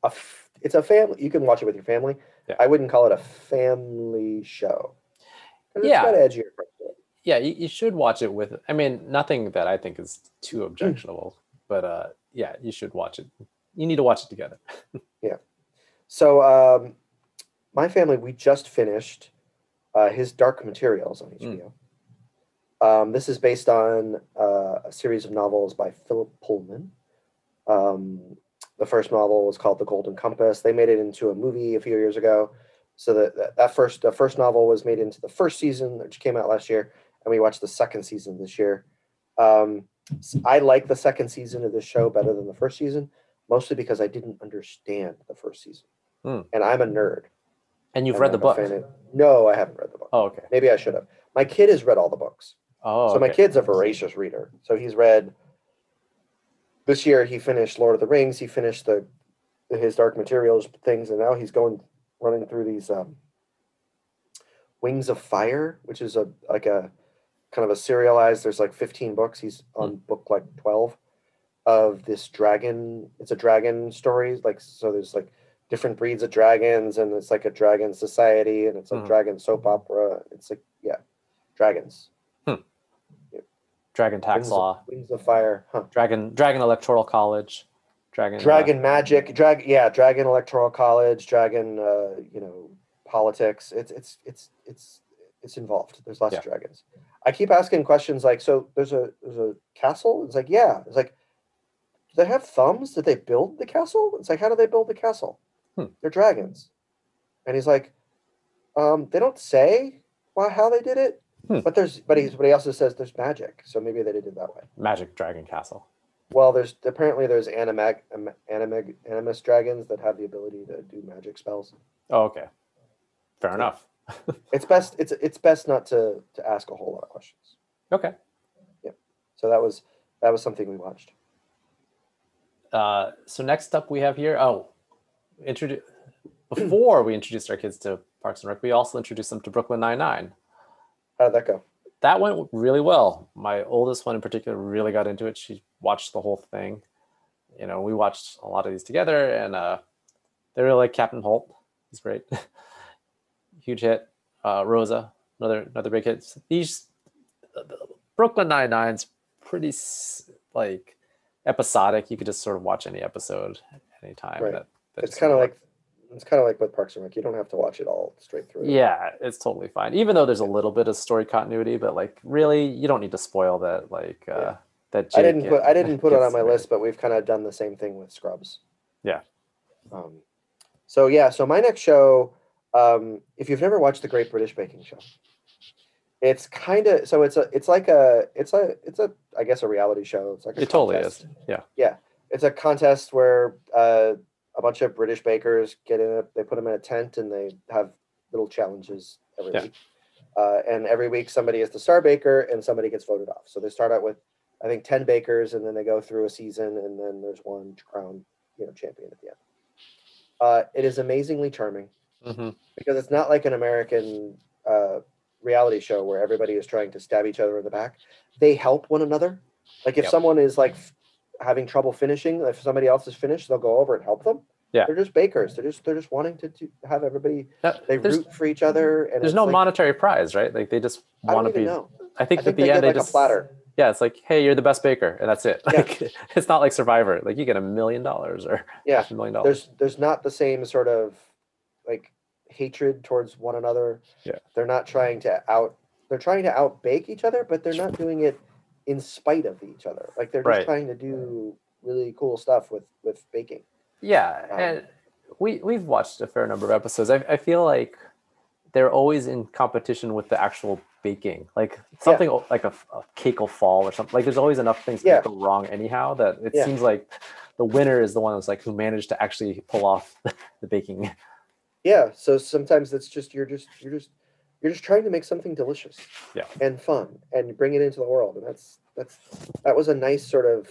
S1: a f- it's a family. You can watch it with your family.
S2: Yeah.
S1: I wouldn't call it a family show. 'Cause
S2: Yeah.
S1: It's got edgier. parts to it.
S2: yeah you, you should watch it with i mean nothing that i think is too
S1: Hmm.
S2: objectionable but uh yeah you should watch it you need to watch it together
S1: So um, my family, we just finished uh, his Dark Materials on HBO. Um, this is based on uh, a series of novels by Philip Pullman. Um, the first novel was called The Golden Compass. They made it into a movie a few years ago. So that that- that first the first novel was made into the first season, which came out last year, and we watched the second season this year. Um, s- I like the second season of this show better than the first season, mostly because I didn't understand the first season,
S2: Hmm.
S1: and I'm a nerd.
S2: and you've
S1: I'm
S2: read the
S1: not
S2: book
S1: a fan of- no, I haven't read the book.
S2: oh okay
S1: Maybe I should have. My kid has read all the books
S2: oh
S1: so my
S2: okay.
S1: kid's a voracious reader. So he's read. This year he finished Lord of the Rings. He finished the his Dark Materials things, and now he's going running through these um, Wings of Fire, which is a like a kind of a serialized. There's like 15 books. He's
S2: Hmm.
S1: on book like 12 of this dragon. It's a dragon story. Like so, there's like different breeds of dragons, and it's like a dragon society, and it's a
S2: Mhm.
S1: dragon soap opera. It's like yeah, dragons.
S2: dragon tax
S1: Wings of-
S2: law
S1: Wings of Fire, huh?
S2: dragon dragon electoral college dragon uh,
S1: Dragon magic, drag yeah, dragon electoral college, dragon uh, you know politics. It's it's it's it's it's involved. There's lots
S2: Yeah.
S1: of dragons. I keep asking questions like, so there's a there's a castle. It's like yeah. It's like they have thumbs? Did they build the castle? It's like, how do they build the castle?
S2: Hmm.
S1: They're dragons. And he's like, um, they don't say why how they did it,
S2: Hmm.
S1: but there's but he's but he also says there's magic, so maybe they did it that way.
S2: Magic Dragon Castle.
S1: Well, there's apparently there's animag um, animag animus dragons that have the ability to do magic spells.
S2: Oh, okay. Fair enough.
S1: It's best it's it's best not to to ask a whole lot of questions.
S2: Okay.
S1: So that was that was something we watched.
S2: Uh, so next up we have here. Oh, introduce before we introduced our kids to Parks and Rec, we also introduced them to Brooklyn Nine Nine.
S1: How did that go?
S2: that went really well. My oldest one in particular really got into it. She watched the whole thing. You know, we watched a lot of these together, and uh, they really like Captain Holt. He's great. Huge hit. Uh, Rosa, another another big hit. These Brooklyn Nine Nine's pretty s- like episodic. You could just sort of watch any episode anytime.
S1: Right.
S2: That, that
S1: It's
S2: just
S1: kind of
S2: works.
S1: like it's kind of like with Parks and Rec. You don't have to watch it all straight through.
S2: Yeah, it's totally fine. Even though there's a little bit of story continuity, but like really, you don't need to spoil that. Like uh,
S1: Yeah.
S2: that.
S1: I
S2: Jake
S1: didn't put I didn't put it on
S2: gets
S1: my
S2: married.
S1: list, but we've kind of done the same thing with Scrubs.
S2: Yeah.
S1: Um, so yeah, so my next show, um, if you've never watched the Great British Baking Show, it's kind of so it's a it's like a it's a it's a I guess a reality show. It's like a
S2: It totally
S1: contest.
S2: is. Yeah.
S1: It's a contest where uh, a bunch of British bakers get in a they put them in a tent and they have little challenges every
S2: Yeah.
S1: week. Uh, and every week somebody is the star baker and somebody gets voted off. So they start out with I think 10 bakers and then they go through a season and then there's one crown, you know, champion at the end. Uh, it is amazingly charming
S2: Mhm.
S1: because it's not like an American uh, reality show where everybody is trying to stab each other in the back. They help one another. Like if
S2: Yep.
S1: someone is like f- having trouble finishing, if somebody else is finished, they'll go over and help them.
S2: Yeah.
S1: they're just bakers. They're just they're just wanting to, do have everybody.
S2: That-
S1: They
S2: there's
S1: root for each other. And
S2: there's
S1: it's
S2: no
S1: like,
S2: monetary prize, right? Like they just
S1: I don't
S2: want to
S1: even
S2: be.
S1: know.
S2: I
S1: I think
S2: think at
S1: they
S2: the
S1: get
S2: end they
S1: like
S2: just
S1: a platter.
S2: Yeah, it's like hey, you're the best baker, and that's it.
S1: Yeah.
S2: Like it's not like Survivor. Like you get a million dollars or
S1: Yeah.
S2: half a million dollars.
S1: there's there's not the same sort of like hatred towards one another.
S2: Yeah.
S1: They're not trying to out they're trying to outbake each other, but they're not doing it in spite of each other. Like they're just
S2: Right.
S1: trying to do really cool stuff with with baking.
S2: Yeah,
S1: Um,
S2: and we we've watched a fair number of episodes. I, I feel like they're always in competition with the actual baking, like something o- like a, a cake will fall or something. Like there's always enough things
S1: Yeah.
S2: that go wrong anyhow that it
S1: Yeah.
S2: seems like the winner is the one that's like who managed to actually pull off the baking.
S1: Yeah, so sometimes that's just you're just you're just you're just trying to make something delicious.
S2: Yeah.
S1: And fun and bring it into the world and that's that's that was a nice sort of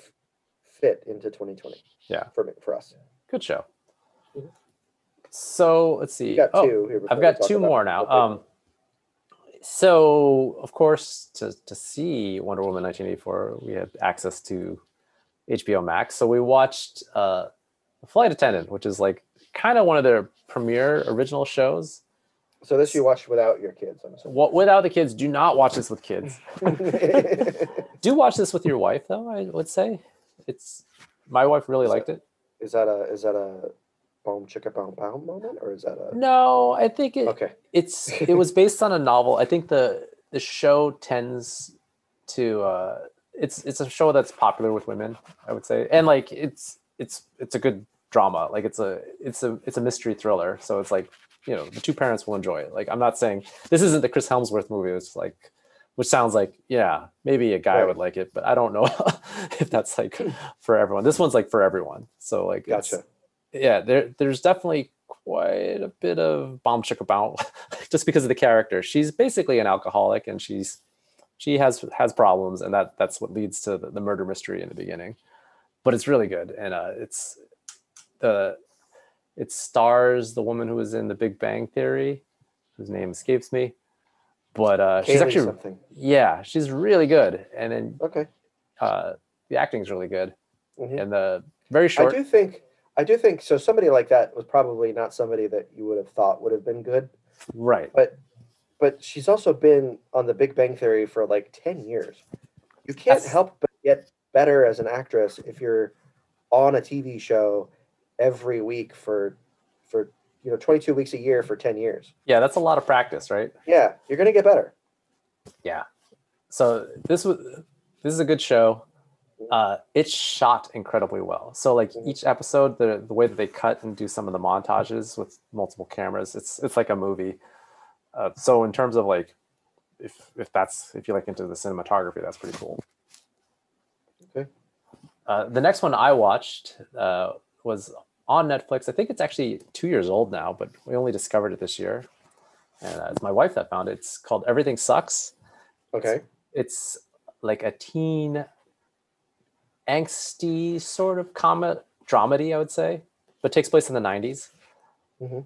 S1: fit into 2020.
S2: Yeah.
S1: For me, for us.
S2: Good show.
S1: Mhm.
S2: So let's see.
S1: You got
S2: Oh.
S1: two here before
S2: I've
S1: we
S2: got
S1: talk
S2: two
S1: about
S2: more now.
S1: what they-
S2: Um, so of course, to to see Wonder Woman 1984, we had access to HBO Max. So we watched uh, Flight Attendant, which is like kind of one of their premier original shows.
S1: so this you watched without your kids, I'm assuming.
S2: What without the kids, do not watch this with kids.
S1: is
S2: Do watch this with your wife, though. I would say it's my wife really
S1: Is
S2: liked it.
S1: that a is that a boom chicka boom boom moment or is that a
S2: No, I think it,
S1: okay?
S2: it's it was based on a novel. I think the the show tends to uh it's it's a show that's popular with women, I would say. And like it's it's it's a good drama. Like it's a it's a it's a mystery thriller. So it's like, you know, the two parents will enjoy it. Like I'm not saying this isn't the Chris Helmsworth movie. It's like which sounds like yeah, maybe a guy
S1: Right. Hmm.
S2: would like it, but I don't know if that's like for everyone. This one's like for everyone. So like it's-
S1: Gotcha.
S2: yeah, there there's definitely quite a bit of bomb chick about just because of the character. She's basically an alcoholic and she's she has has problems and that that's what leads to the, the murder mystery in the beginning. But it's really good and uh it's the it stars the woman who was in the Big Bang Theory, whose name escapes me. But uh she's
S1: Kaylee
S2: actually
S1: something.
S2: yeah, she's really good and then
S1: Okay.
S2: uh the acting's really good
S1: Mhm.
S2: and the very short
S1: I do think I do think so. Somebody like that was probably not somebody that you would have thought would have been good,
S2: right.
S1: but she's also been on The Big Bang Theory for like ten years. You can't
S2: That's-
S1: help but get better as an actress if you're on a TV show every week for for you know twenty two weeks a year for ten years.
S2: Yeah, that's a lot of practice, right?
S1: Yeah, you're gonna get better.
S2: so this was this is a good show uh, it's shot incredibly well. So like
S1: Mhm.
S2: each episode, the the way that they cut and do some of the montages with multiple cameras, it's it's like a movie. Uh, so in terms of like, if if that's if you like into the cinematography, that's pretty cool.
S1: Okay.
S2: Uh, the next one I watched uh, was on Netflix. I think it's actually two years old now, but we only discovered it this year. And uh, it's my wife that found it. It's called Everything Sucks
S1: Okay.
S2: it's like a teen angsty sort of comet dramedy i would say but takes place in the 90s
S1: Mhm.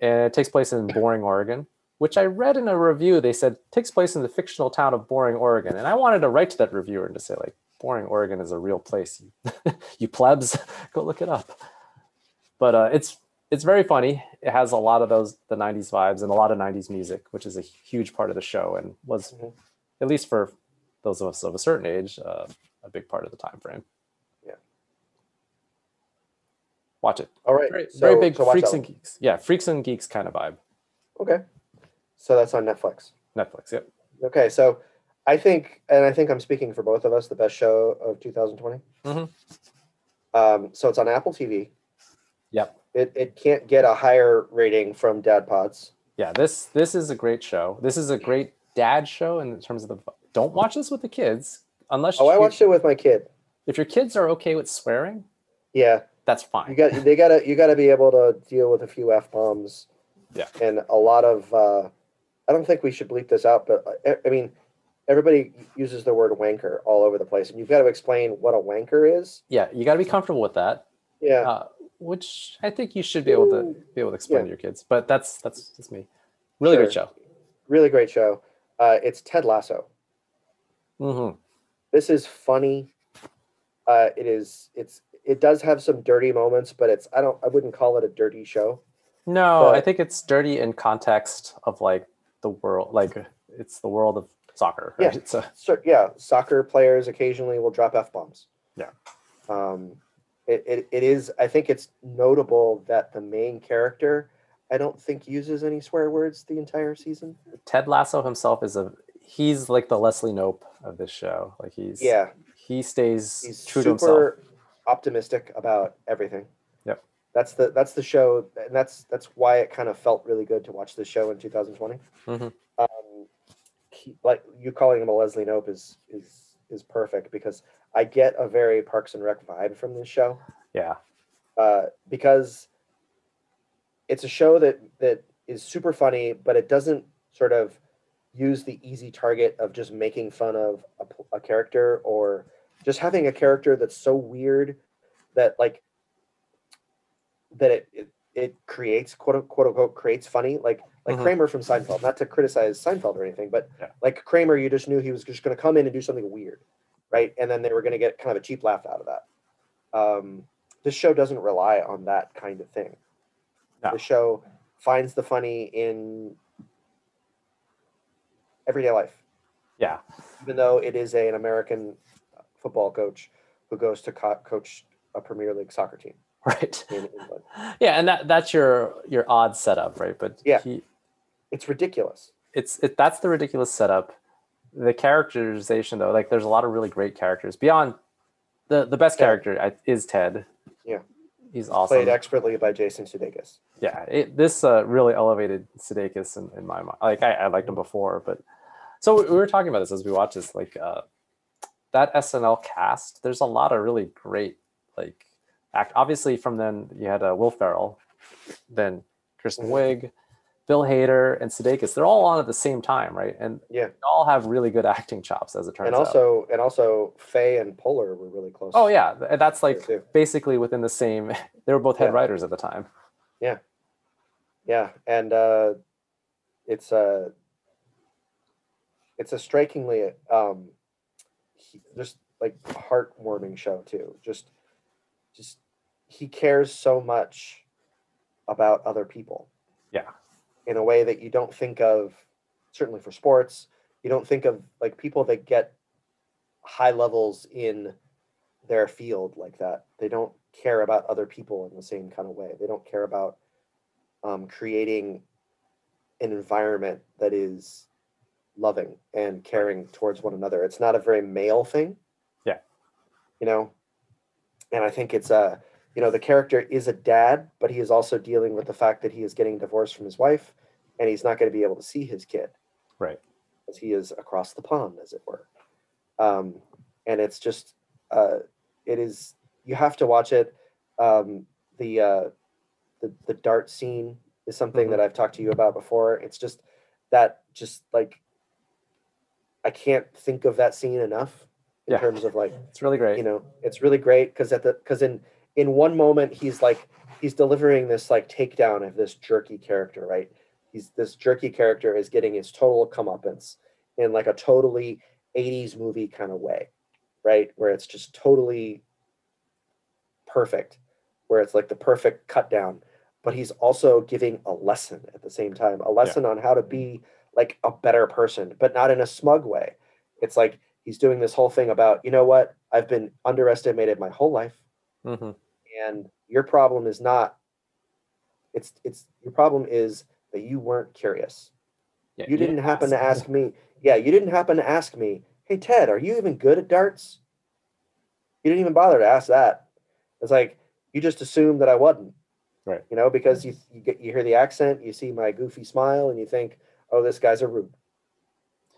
S2: and it takes place in boring oregon which i read in a review they said takes place in the fictional town of boring oregon and i wanted to write to that reviewer and to say like boring oregon is a real place you, you plebs go look it up but uh, it's it's very funny it has a lot of those the 90s vibes and a lot of 90s music which is a huge part of the show and was
S1: Mhm.
S2: at least for those of us of a certain age, uh, a big part of the time frame.
S1: Yeah.
S2: Watch it.
S1: All right.
S2: Very,
S1: so-
S2: very big
S1: so watch
S2: freaks
S1: that
S2: and geeks. Yeah, freaks and geeks kind of vibe.
S1: one. Okay. So that's on Netflix.
S2: Netflix. Yep.
S1: Okay, so I think, and I think I'm speaking for both of us, the best show of 2020.
S2: Mhm.
S1: Um, so it's on Apple TV.
S2: Mm-hmm. Yep.
S1: It, it can't get a higher rating from Dad Pods.
S2: Yeah. This this is a great show. This is a great dad show in terms of the. Don't watch this with the kids unless
S1: Oh, I
S2: you-
S1: watched it with my kid.
S2: if your kids are okay with swearing.
S1: Yeah,
S2: That's
S1: you
S2: fine.
S1: got they gotta you gotta be able to deal with a few f bombs.
S2: Yeah.
S1: and a lot of uh, I don't think we should bleep this out, but I, I mean, everybody uses the word wanker all over the place, and you've got to explain what a wanker is.
S2: Yeah, you got to be comfortable with that,
S1: Yeah,
S2: uh, which I think you should be able to be able to explain to your kids. But that's that's just me. Really great
S1: Sure.
S2: show.
S1: really great show. Uh, it's Ted Lasso.
S2: hmm
S1: this is funny uh it is it's it does have some dirty moments but it's i don't i wouldn't call it a dirty show
S2: No, I
S1: but-
S2: think it's dirty in context of like the world, like it's the world of soccer. Right?
S1: Yeah.
S2: So
S1: so yeah soccer players occasionally will drop f-bombs
S2: Yeah.
S1: um it, it, it is i think it's notable that the main character i don't think uses any swear words the entire season
S2: Ted Lasso himself is a he's like the Leslie Nope of this show. Like he's
S1: yeah
S2: he stays
S1: he's
S2: true to himself.
S1: super optimistic about everything
S2: Yep.
S1: that's the that's the show and that's that's why it kind of felt really good to watch this show in 2020
S2: Mhm.
S1: um, he- like you calling him a Leslie Nope is is is perfect because I get a very Parks and Rec vibe from this show
S2: Yeah,
S1: uh, because it's a show that that is super funny, but it doesn't sort of use the easy target of just making fun of a, p- a character or just having a character that's so weird that like that it it, it creates quote unquote, quote unquote creates funny like like
S2: Mhm.
S1: Kramer from Seinfeld. Not to criticize Seinfeld or anything, but
S2: Yeah.
S1: like Kramer, you just knew he was just going to come in and do something weird, right? And then they were going to get kind of a cheap laugh out of that. Um, this show doesn't rely on that kind of thing.
S2: No.
S1: The show finds the funny in everyday life,
S2: yeah,
S1: even though it is a, an American football coach who goes to co- coach a Premier League soccer team
S2: right.
S1: in England.
S2: Yeah, and that that's your your odd setup, right? But
S1: Yeah.
S2: he,
S1: It's ridiculous.
S2: it's it, that's the ridiculous setup. The characterization though, like there's a lot of really great characters beyond the the best
S1: Ted.
S2: character I- is Ted.
S1: Yeah.
S2: he's awesome.
S1: Played expertly by Jason Sudeikis.
S2: yeah, it, this uh, really elevated Sudeikis in, in my mind. Like I, I liked him before, but so we, we were talking about this as we watched this. Like uh, that SNL cast, there's a lot of really great like act. Obviously, from then you had uh, Will Ferrell, then Kristen
S1: Mhm.
S2: Wiig, Bill Hader, and Sudeikis. They're all on at the same time, right? And
S1: Yeah.
S2: they all have really good acting chops, as it turns
S1: and
S2: out.
S1: also and also Faye and Polar were really close.
S2: Oh yeah, th- that's
S1: there,
S2: like
S1: too.
S2: basically within the same. They were both head
S1: Yeah.
S2: writers at the time.
S1: yeah, and uh, it's a it's a strikingly um, he- just like heartwarming show too. Just just he cares so much about other people.
S2: Yeah.
S1: in a way that you don't think of certainly for sports you don't think of like people that get high levels in their field like that they don't care about other people in the same kind of way they don't care about um, creating an environment that is loving and caring towards one another it's not a very male thing
S2: Yeah.
S1: you know and i think it's uh you know the character is a dad but he is also dealing with the fact that he is getting divorced from his wife and he's not going to be able to see his kid
S2: Right.
S1: as he is across the pond as it were um and it's just uh it is you have to watch it um the uh the, the dart scene is something that i've talked to you about before it's just that just like i can't think of that scene enough in
S2: Yeah.
S1: terms of like
S2: It's really great.
S1: you know it's really great because at the because in in one moment he's like he's delivering this like takedown of this jerky character right he's this jerky character is getting his total comeuppance in like a totally 80s movie kind of way right where it's just totally perfect where it's like the perfect cut down but he's also giving a lesson at the same time a lesson on how to be like a better person but not in a smug way it's like he's doing this whole thing about you know what i've been underestimated my whole life
S2: hmm
S1: and your problem is not it's it's your problem is that you weren't curious
S2: Yeah,
S1: you didn't happen to
S2: ask.
S1: ask me yeah you didn't happen to ask me hey ted are you even good at darts you didn't even bother to ask that it's like you just assumed that i wasn't
S2: Right.
S1: you know because you you, get, you hear the accent you see my goofy smile and you think oh this guy's a rube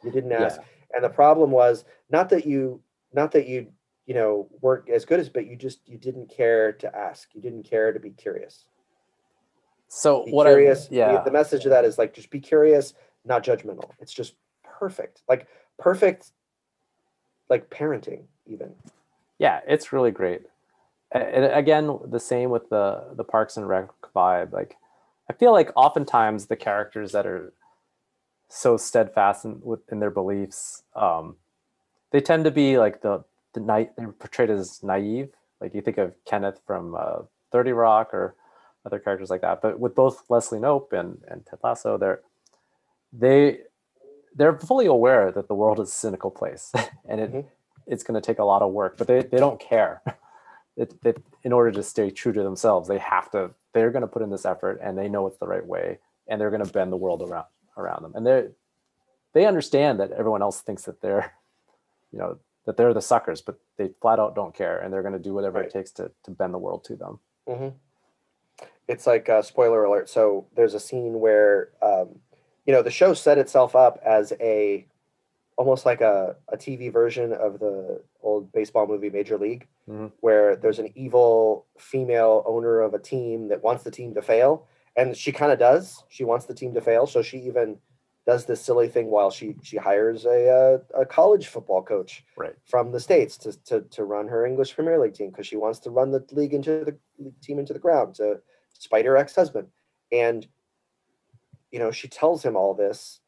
S1: you didn't
S2: Yeah.
S1: ask and the problem was not that you not that you you know weren't as good as but you just you didn't care to ask you didn't care to be curious
S2: So
S1: be
S2: what? I-
S1: curious the-
S2: yeah.
S1: the, message of that is like just be curious not judgmental it's just perfect like perfect like parenting even
S2: yeah it's really great A- and again the same with the the parks and rec vibe like i feel like oftentimes the characters that are so steadfast in, with, in their beliefs um they tend to be like the the night they're portrayed as naive like you think of kenneth from uh, 30 rock or other characters like that but with both leslie nope and and ted lasso they're they they're fully aware that the world is a cynical place and it
S1: Mhm.
S2: it's going to take a lot of work but they, they don't care it, that in order to stay true to themselves they have to they're going to put in this effort and they know it's the right way and they're going to bend the world around around them and they are they understand that everyone else thinks that they're you know that they're the suckers but they flat out don't care and they're going to do whatever
S1: Right.
S2: it takes to, to bend the world to them
S1: Mm-hmm. It's like uh, spoiler alert. So there's a scene where um, you know the show set itself up as a almost like a, a TV version of the old baseball movie Major League,
S2: Mhm.
S1: where there's an evil female owner of a team that wants the team to fail, and she kind of does. She wants the team to fail, so she even does this silly thing while she she hires a uh, a college football coach
S2: Right.
S1: from the states to, to to run her English Premier League team because she wants to run the league into the the team into the ground to spite her ex-husband and you know she tells him all this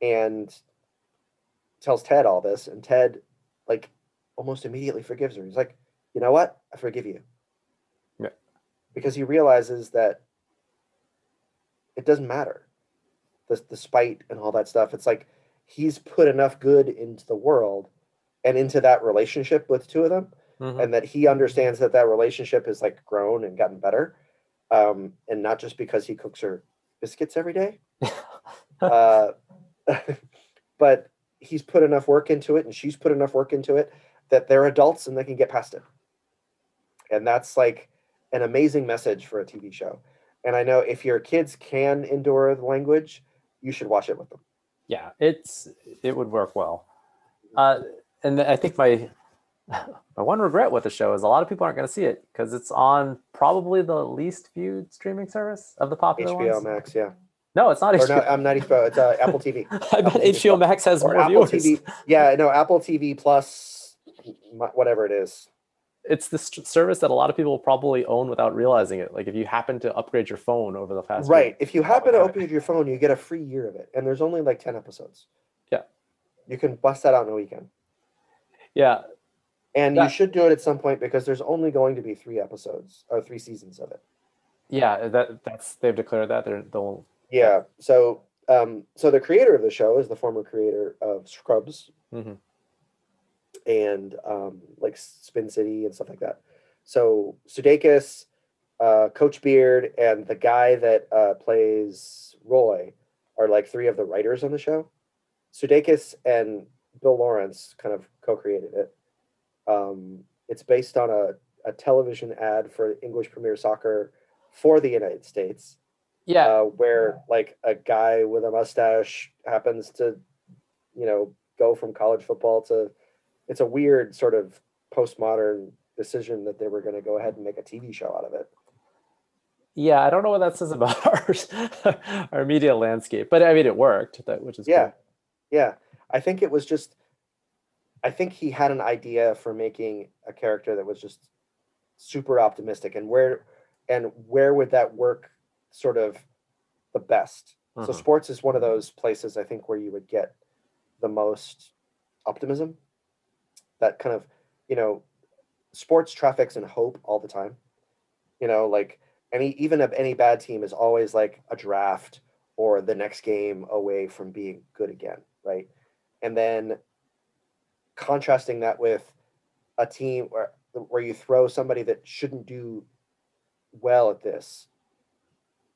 S1: and tells ted all this and ted like almost immediately forgives her he's like you know what i forgive you
S2: Yeah.
S1: because he realizes that it doesn't matter the, the spite and all that stuff it's like he's put enough good into the world and into that relationship with two of them
S2: Mm-hmm.
S1: and that he understands that that relationship has like grown and gotten better um and not just because he cooks her biscuits every day uh but he's put enough work into it and she's put enough work into it that they're adults and they can get past it and that's like an amazing message for a tv show and i know if your kids can endure the language you should watch it with them
S2: yeah it's it would work well uh and i think my my one regret with the show is a lot of people aren't going to see it because it's on probably the least viewed streaming service of the popular
S1: hbo
S2: ones
S1: max yeah
S2: no it's not
S1: or
S2: hbo
S1: no i'm not hbo it's uh, apple tv
S2: i bet
S1: Apple TV
S2: hbo max has
S1: or
S2: more
S1: Apple
S2: viewers
S1: TV. Yeah, no, Apple TV Plus, m- whatever it is.
S2: it's the st- service that a lot of people probably own without realizing it like if you happen to upgrade your phone over the past week-
S1: right. If you happen to
S2: okay.
S1: open your phone, you get a free year of it, and there's only like ten episodes.
S2: Yeah.
S1: You can bust that out in a weekend,
S2: yeah
S1: and
S2: That-
S1: you should do it at some point because there's only going to be three episodes or three seasons of it.
S2: yeah that that's they've declared that they're they'll
S1: Yeah. So, um, so the creator of the show is the former creator of Scrubs
S2: Mhm.
S1: and um, like Spin City and stuff like that. So Sudeikis, uh, Coach Beard, and the guy that uh, plays Roy are like three of the writers on the show. Sudeikis and Bill Lawrence kind of co-created it. Um, It's based on a, a television ad for English Premier Soccer for the United States,
S2: Yeah.
S1: uh, where like a guy with a mustache happens to, you know, go from college football to. It's a weird sort of postmodern decision that they were going to go ahead and make a TV show out of it.
S2: yeah. I don't know what that says about ours, our media landscape, but I mean, it worked, that, which is cool.
S1: Yeah. Yeah. I think it was just I think he had an idea for making a character that was just super optimistic and where and where would that work sort of the best. So
S2: Mhm.
S1: sports is one of those places I think where you would get the most optimism. That kind of, you know, sports traffics in hope all the time. You know, like any even of any bad team is always like a draft or the next game away from being good again, right? And then contrasting that with a team where where you throw somebody that shouldn't do well at this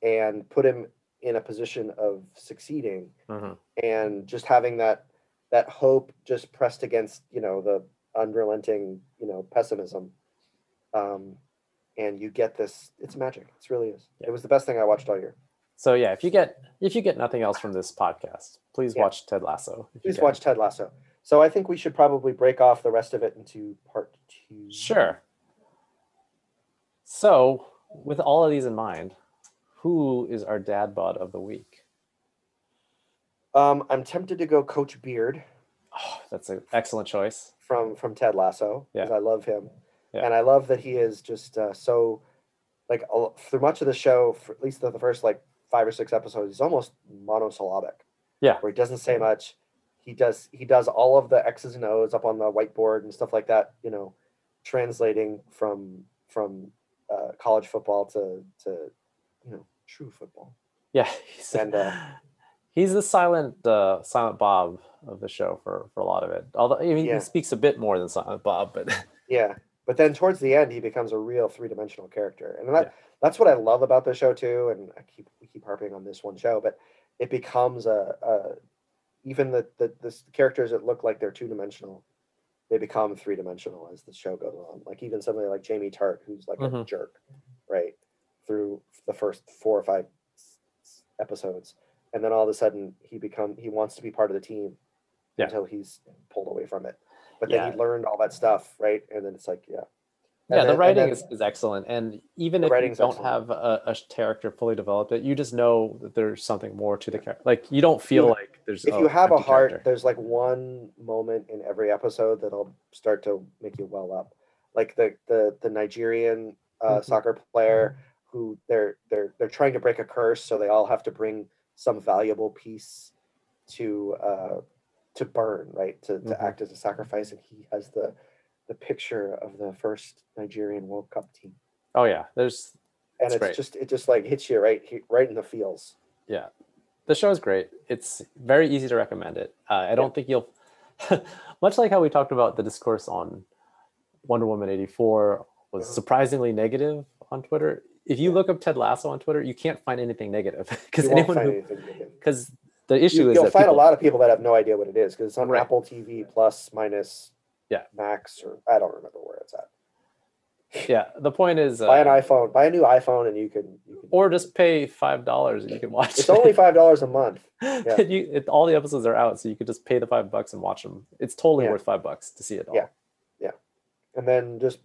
S1: and put him in a position of succeeding
S2: Mhm.
S1: and just having that that hope just pressed against you know the unrelenting you know pessimism um and you get this it's magic it really is
S2: Yeah.
S1: it was the best thing i watched all year
S2: So yeah, if you get if you get nothing else from this podcast, please
S1: Yeah.
S2: watch Ted Lasso. if you
S1: please
S2: can.
S1: watch ted lasso so i think we should probably break off the rest of it into part two
S2: Sure. So, with all of these in mind, who is our dad bod of the week?
S1: um i'm tempted to go coach beard
S2: Oh, that's an excellent choice.
S1: from from Ted Lasso because
S2: Yeah.
S1: I love him,
S2: Yeah.
S1: and I love that he is just uh, so like a lo- through much of the show, for at least the, the first like five or six episodes, he's almost monosyllabic.
S2: Yeah.
S1: where he doesn't say much. He does he does all of the X's and O's up on the whiteboard and stuff like that. You know, translating from from uh, college football to to you know true football.
S2: Yeah, he's,
S1: And, uh,
S2: he's the silent uh, silent Bob of the show for for a lot of it. Although I mean,
S1: Yeah.
S2: he speaks a bit more than silent Bob, but
S1: Yeah. But then towards the end, he becomes a real three-dimensional character, and that, that's what I love about the show too. And I keep we keep harping on this one show, but it becomes a, a even the, the the s- characters that look like they're two-dimensional, they become three-dimensional as the show goes on. Like even somebody like Jamie Tart, who's like a
S2: Mhm.
S1: jerk, right, through the first four or five s- s- episodes, and then all of a sudden he become he wants to be part of the team
S2: Yeah.
S1: until he's pulled away from it. But then
S2: Yeah.
S1: he learned all that stuff, right? And then it's like, yeah. And
S2: yeah,
S1: then-
S2: the
S1: and
S2: writing
S1: then-
S2: is, is excellent. And even
S1: The
S2: if you don't
S1: writing's excellent.
S2: have a, a character fully developed, you just know that there's something more to the character. Like you don't feel
S1: you-
S2: like there's
S1: if you have a
S2: empty
S1: heart,
S2: Oh, character.
S1: there's like one moment in every episode that'll start to make you well up. Like the the the Nigerian uh,
S2: Mhm.
S1: soccer player
S2: Mm-hmm.
S1: who they're they're they're trying to break a curse, so they all have to bring some valuable piece to uh, to burn, right? To to
S2: Mhm.
S1: act as a sacrifice, and he has the the picture of the first Nigerian World Cup team,
S2: oh yeah, there's
S1: and
S2: That's
S1: it's
S2: great.
S1: just it just like hits you right he- right in the feels.
S2: yeah the show is great it's very easy to recommend it uh, i don't think you'll much like how we talked about the discourse on wonder woman 84 was
S1: Uh-huh.
S2: surprisingly negative on twitter if you look up ted lasso on twitter you can't find anything negative because
S1: You won't
S2: anyone
S1: find
S2: who
S1: anything you can-
S2: because the issue is
S1: will
S2: that
S1: find
S2: people-
S1: a lot of people that have no idea what it is because it's on
S2: Right.
S1: Apple TV Plus minus
S2: Yeah.
S1: Max or I don't remember where it's at.
S2: yeah the point is
S1: buy an
S2: uh,
S1: iPhone, buy a new iPhone, and you can. You can
S2: or just pay five dollars and you can watch
S1: it's
S2: it.
S1: only five dollars a month. yeah.
S2: you, it, all the episodes are out so you could just pay the five bucks and watch them it's totally
S1: Yeah.
S2: worth five bucks to see it all
S1: Yeah. and then just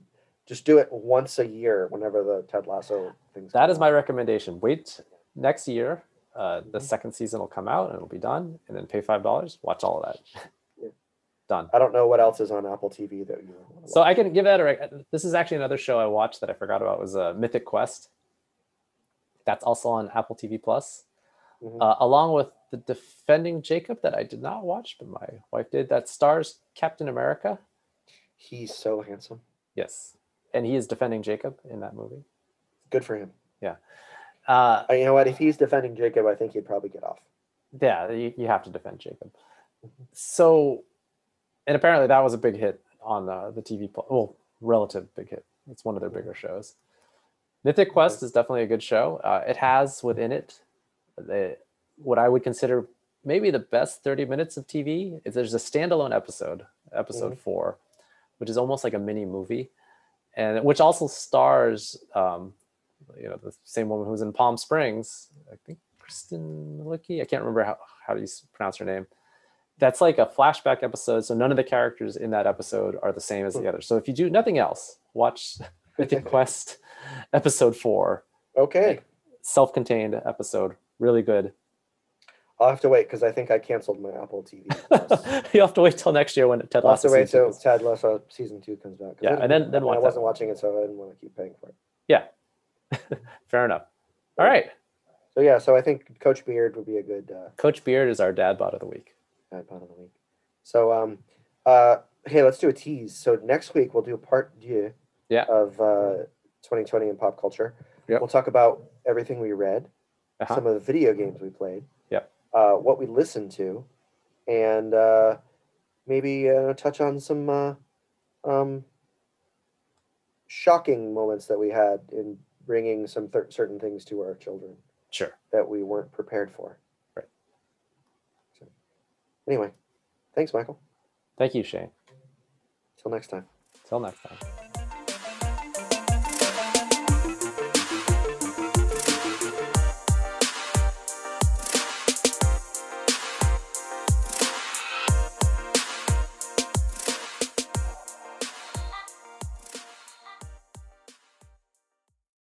S1: just do it once a year whenever the Ted Lasso things.
S2: that
S1: come
S2: is
S1: out.
S2: my recommendation. Wait next year. Uh, the
S1: Mhm.
S2: second season will come out and it'll be done, and then pay five dollars. Watch all of that.
S1: Yeah.
S2: done.
S1: I don't know what else is on Apple TV that you. wanna
S2: So
S1: watch.
S2: I can give that a. Rec- this is actually another show I watched that I forgot about was uh, Mythic Quest. That's also on Apple TV Plus,
S1: Mhm.
S2: uh, along with the Defending Jacob that I did not watch, but my wife did. That stars Captain America.
S1: he's so handsome.
S2: Yes, and he is defending Jacob in that movie.
S1: Good for him.
S2: Uh,
S1: Uh, you know what? If he's defending Jacob, I think he'd probably get off.
S2: yeah, you, you have to defend Jacob. So, and apparently that was a big hit on uh, the TV. Pl- well, relative big hit. It's one of their bigger shows. Mythic Quest is definitely a good show. Uh, it has within it uh, the, what I would consider maybe the best 30 minutes of TV. Is there's a standalone episode, episode four, which is almost like a mini movie, and which also stars, um, you know, the same woman who's in Palm Springs. I think Kristen Milicki. I can't remember how how do you s- pronounce her name. That's like a flashback episode, so none of the characters in that episode are the same as
S1: Hmm.
S2: the other. So if you do nothing else, watch Mythic Quest episode four,
S1: Okay,
S2: self-contained episode, really good.
S1: I'll have to wait because I think I canceled my Apple TV. Plus.
S2: you have to wait till next year when Ted
S1: I'll have
S2: Lasso
S1: to wait
S2: season
S1: till
S2: comes.
S1: Ted Lasso season two comes back. 'cause
S2: Yeah,
S1: it-
S2: and then- then
S1: I
S2: watch that
S1: wasn't watching it, so I didn't want to keep paying for it.
S2: Fair enough. All right,
S1: So yeah, so I think Coach Beard would be a good uh,
S2: Coach Beard is our dad bod of the week.
S1: bad part of the week. So um, uh, hey, let's do a tease. So next week we'll do a part deux
S2: Yeah.
S1: of uh, 2020 in pop culture.
S2: Yep.
S1: We'll talk about everything we read,
S2: Uh-huh.
S1: some of the video games we played,
S2: Yep.
S1: uh, what we listened to, and uh, maybe uh, touch on some uh, um, shocking moments that we had in bringing some th- certain things to our children
S2: Sure.
S1: that we weren't prepared for.
S2: Right.
S1: So, anyway, thanks, Michael.
S2: Thank you, Shane.
S1: Till next time.
S2: Till next time.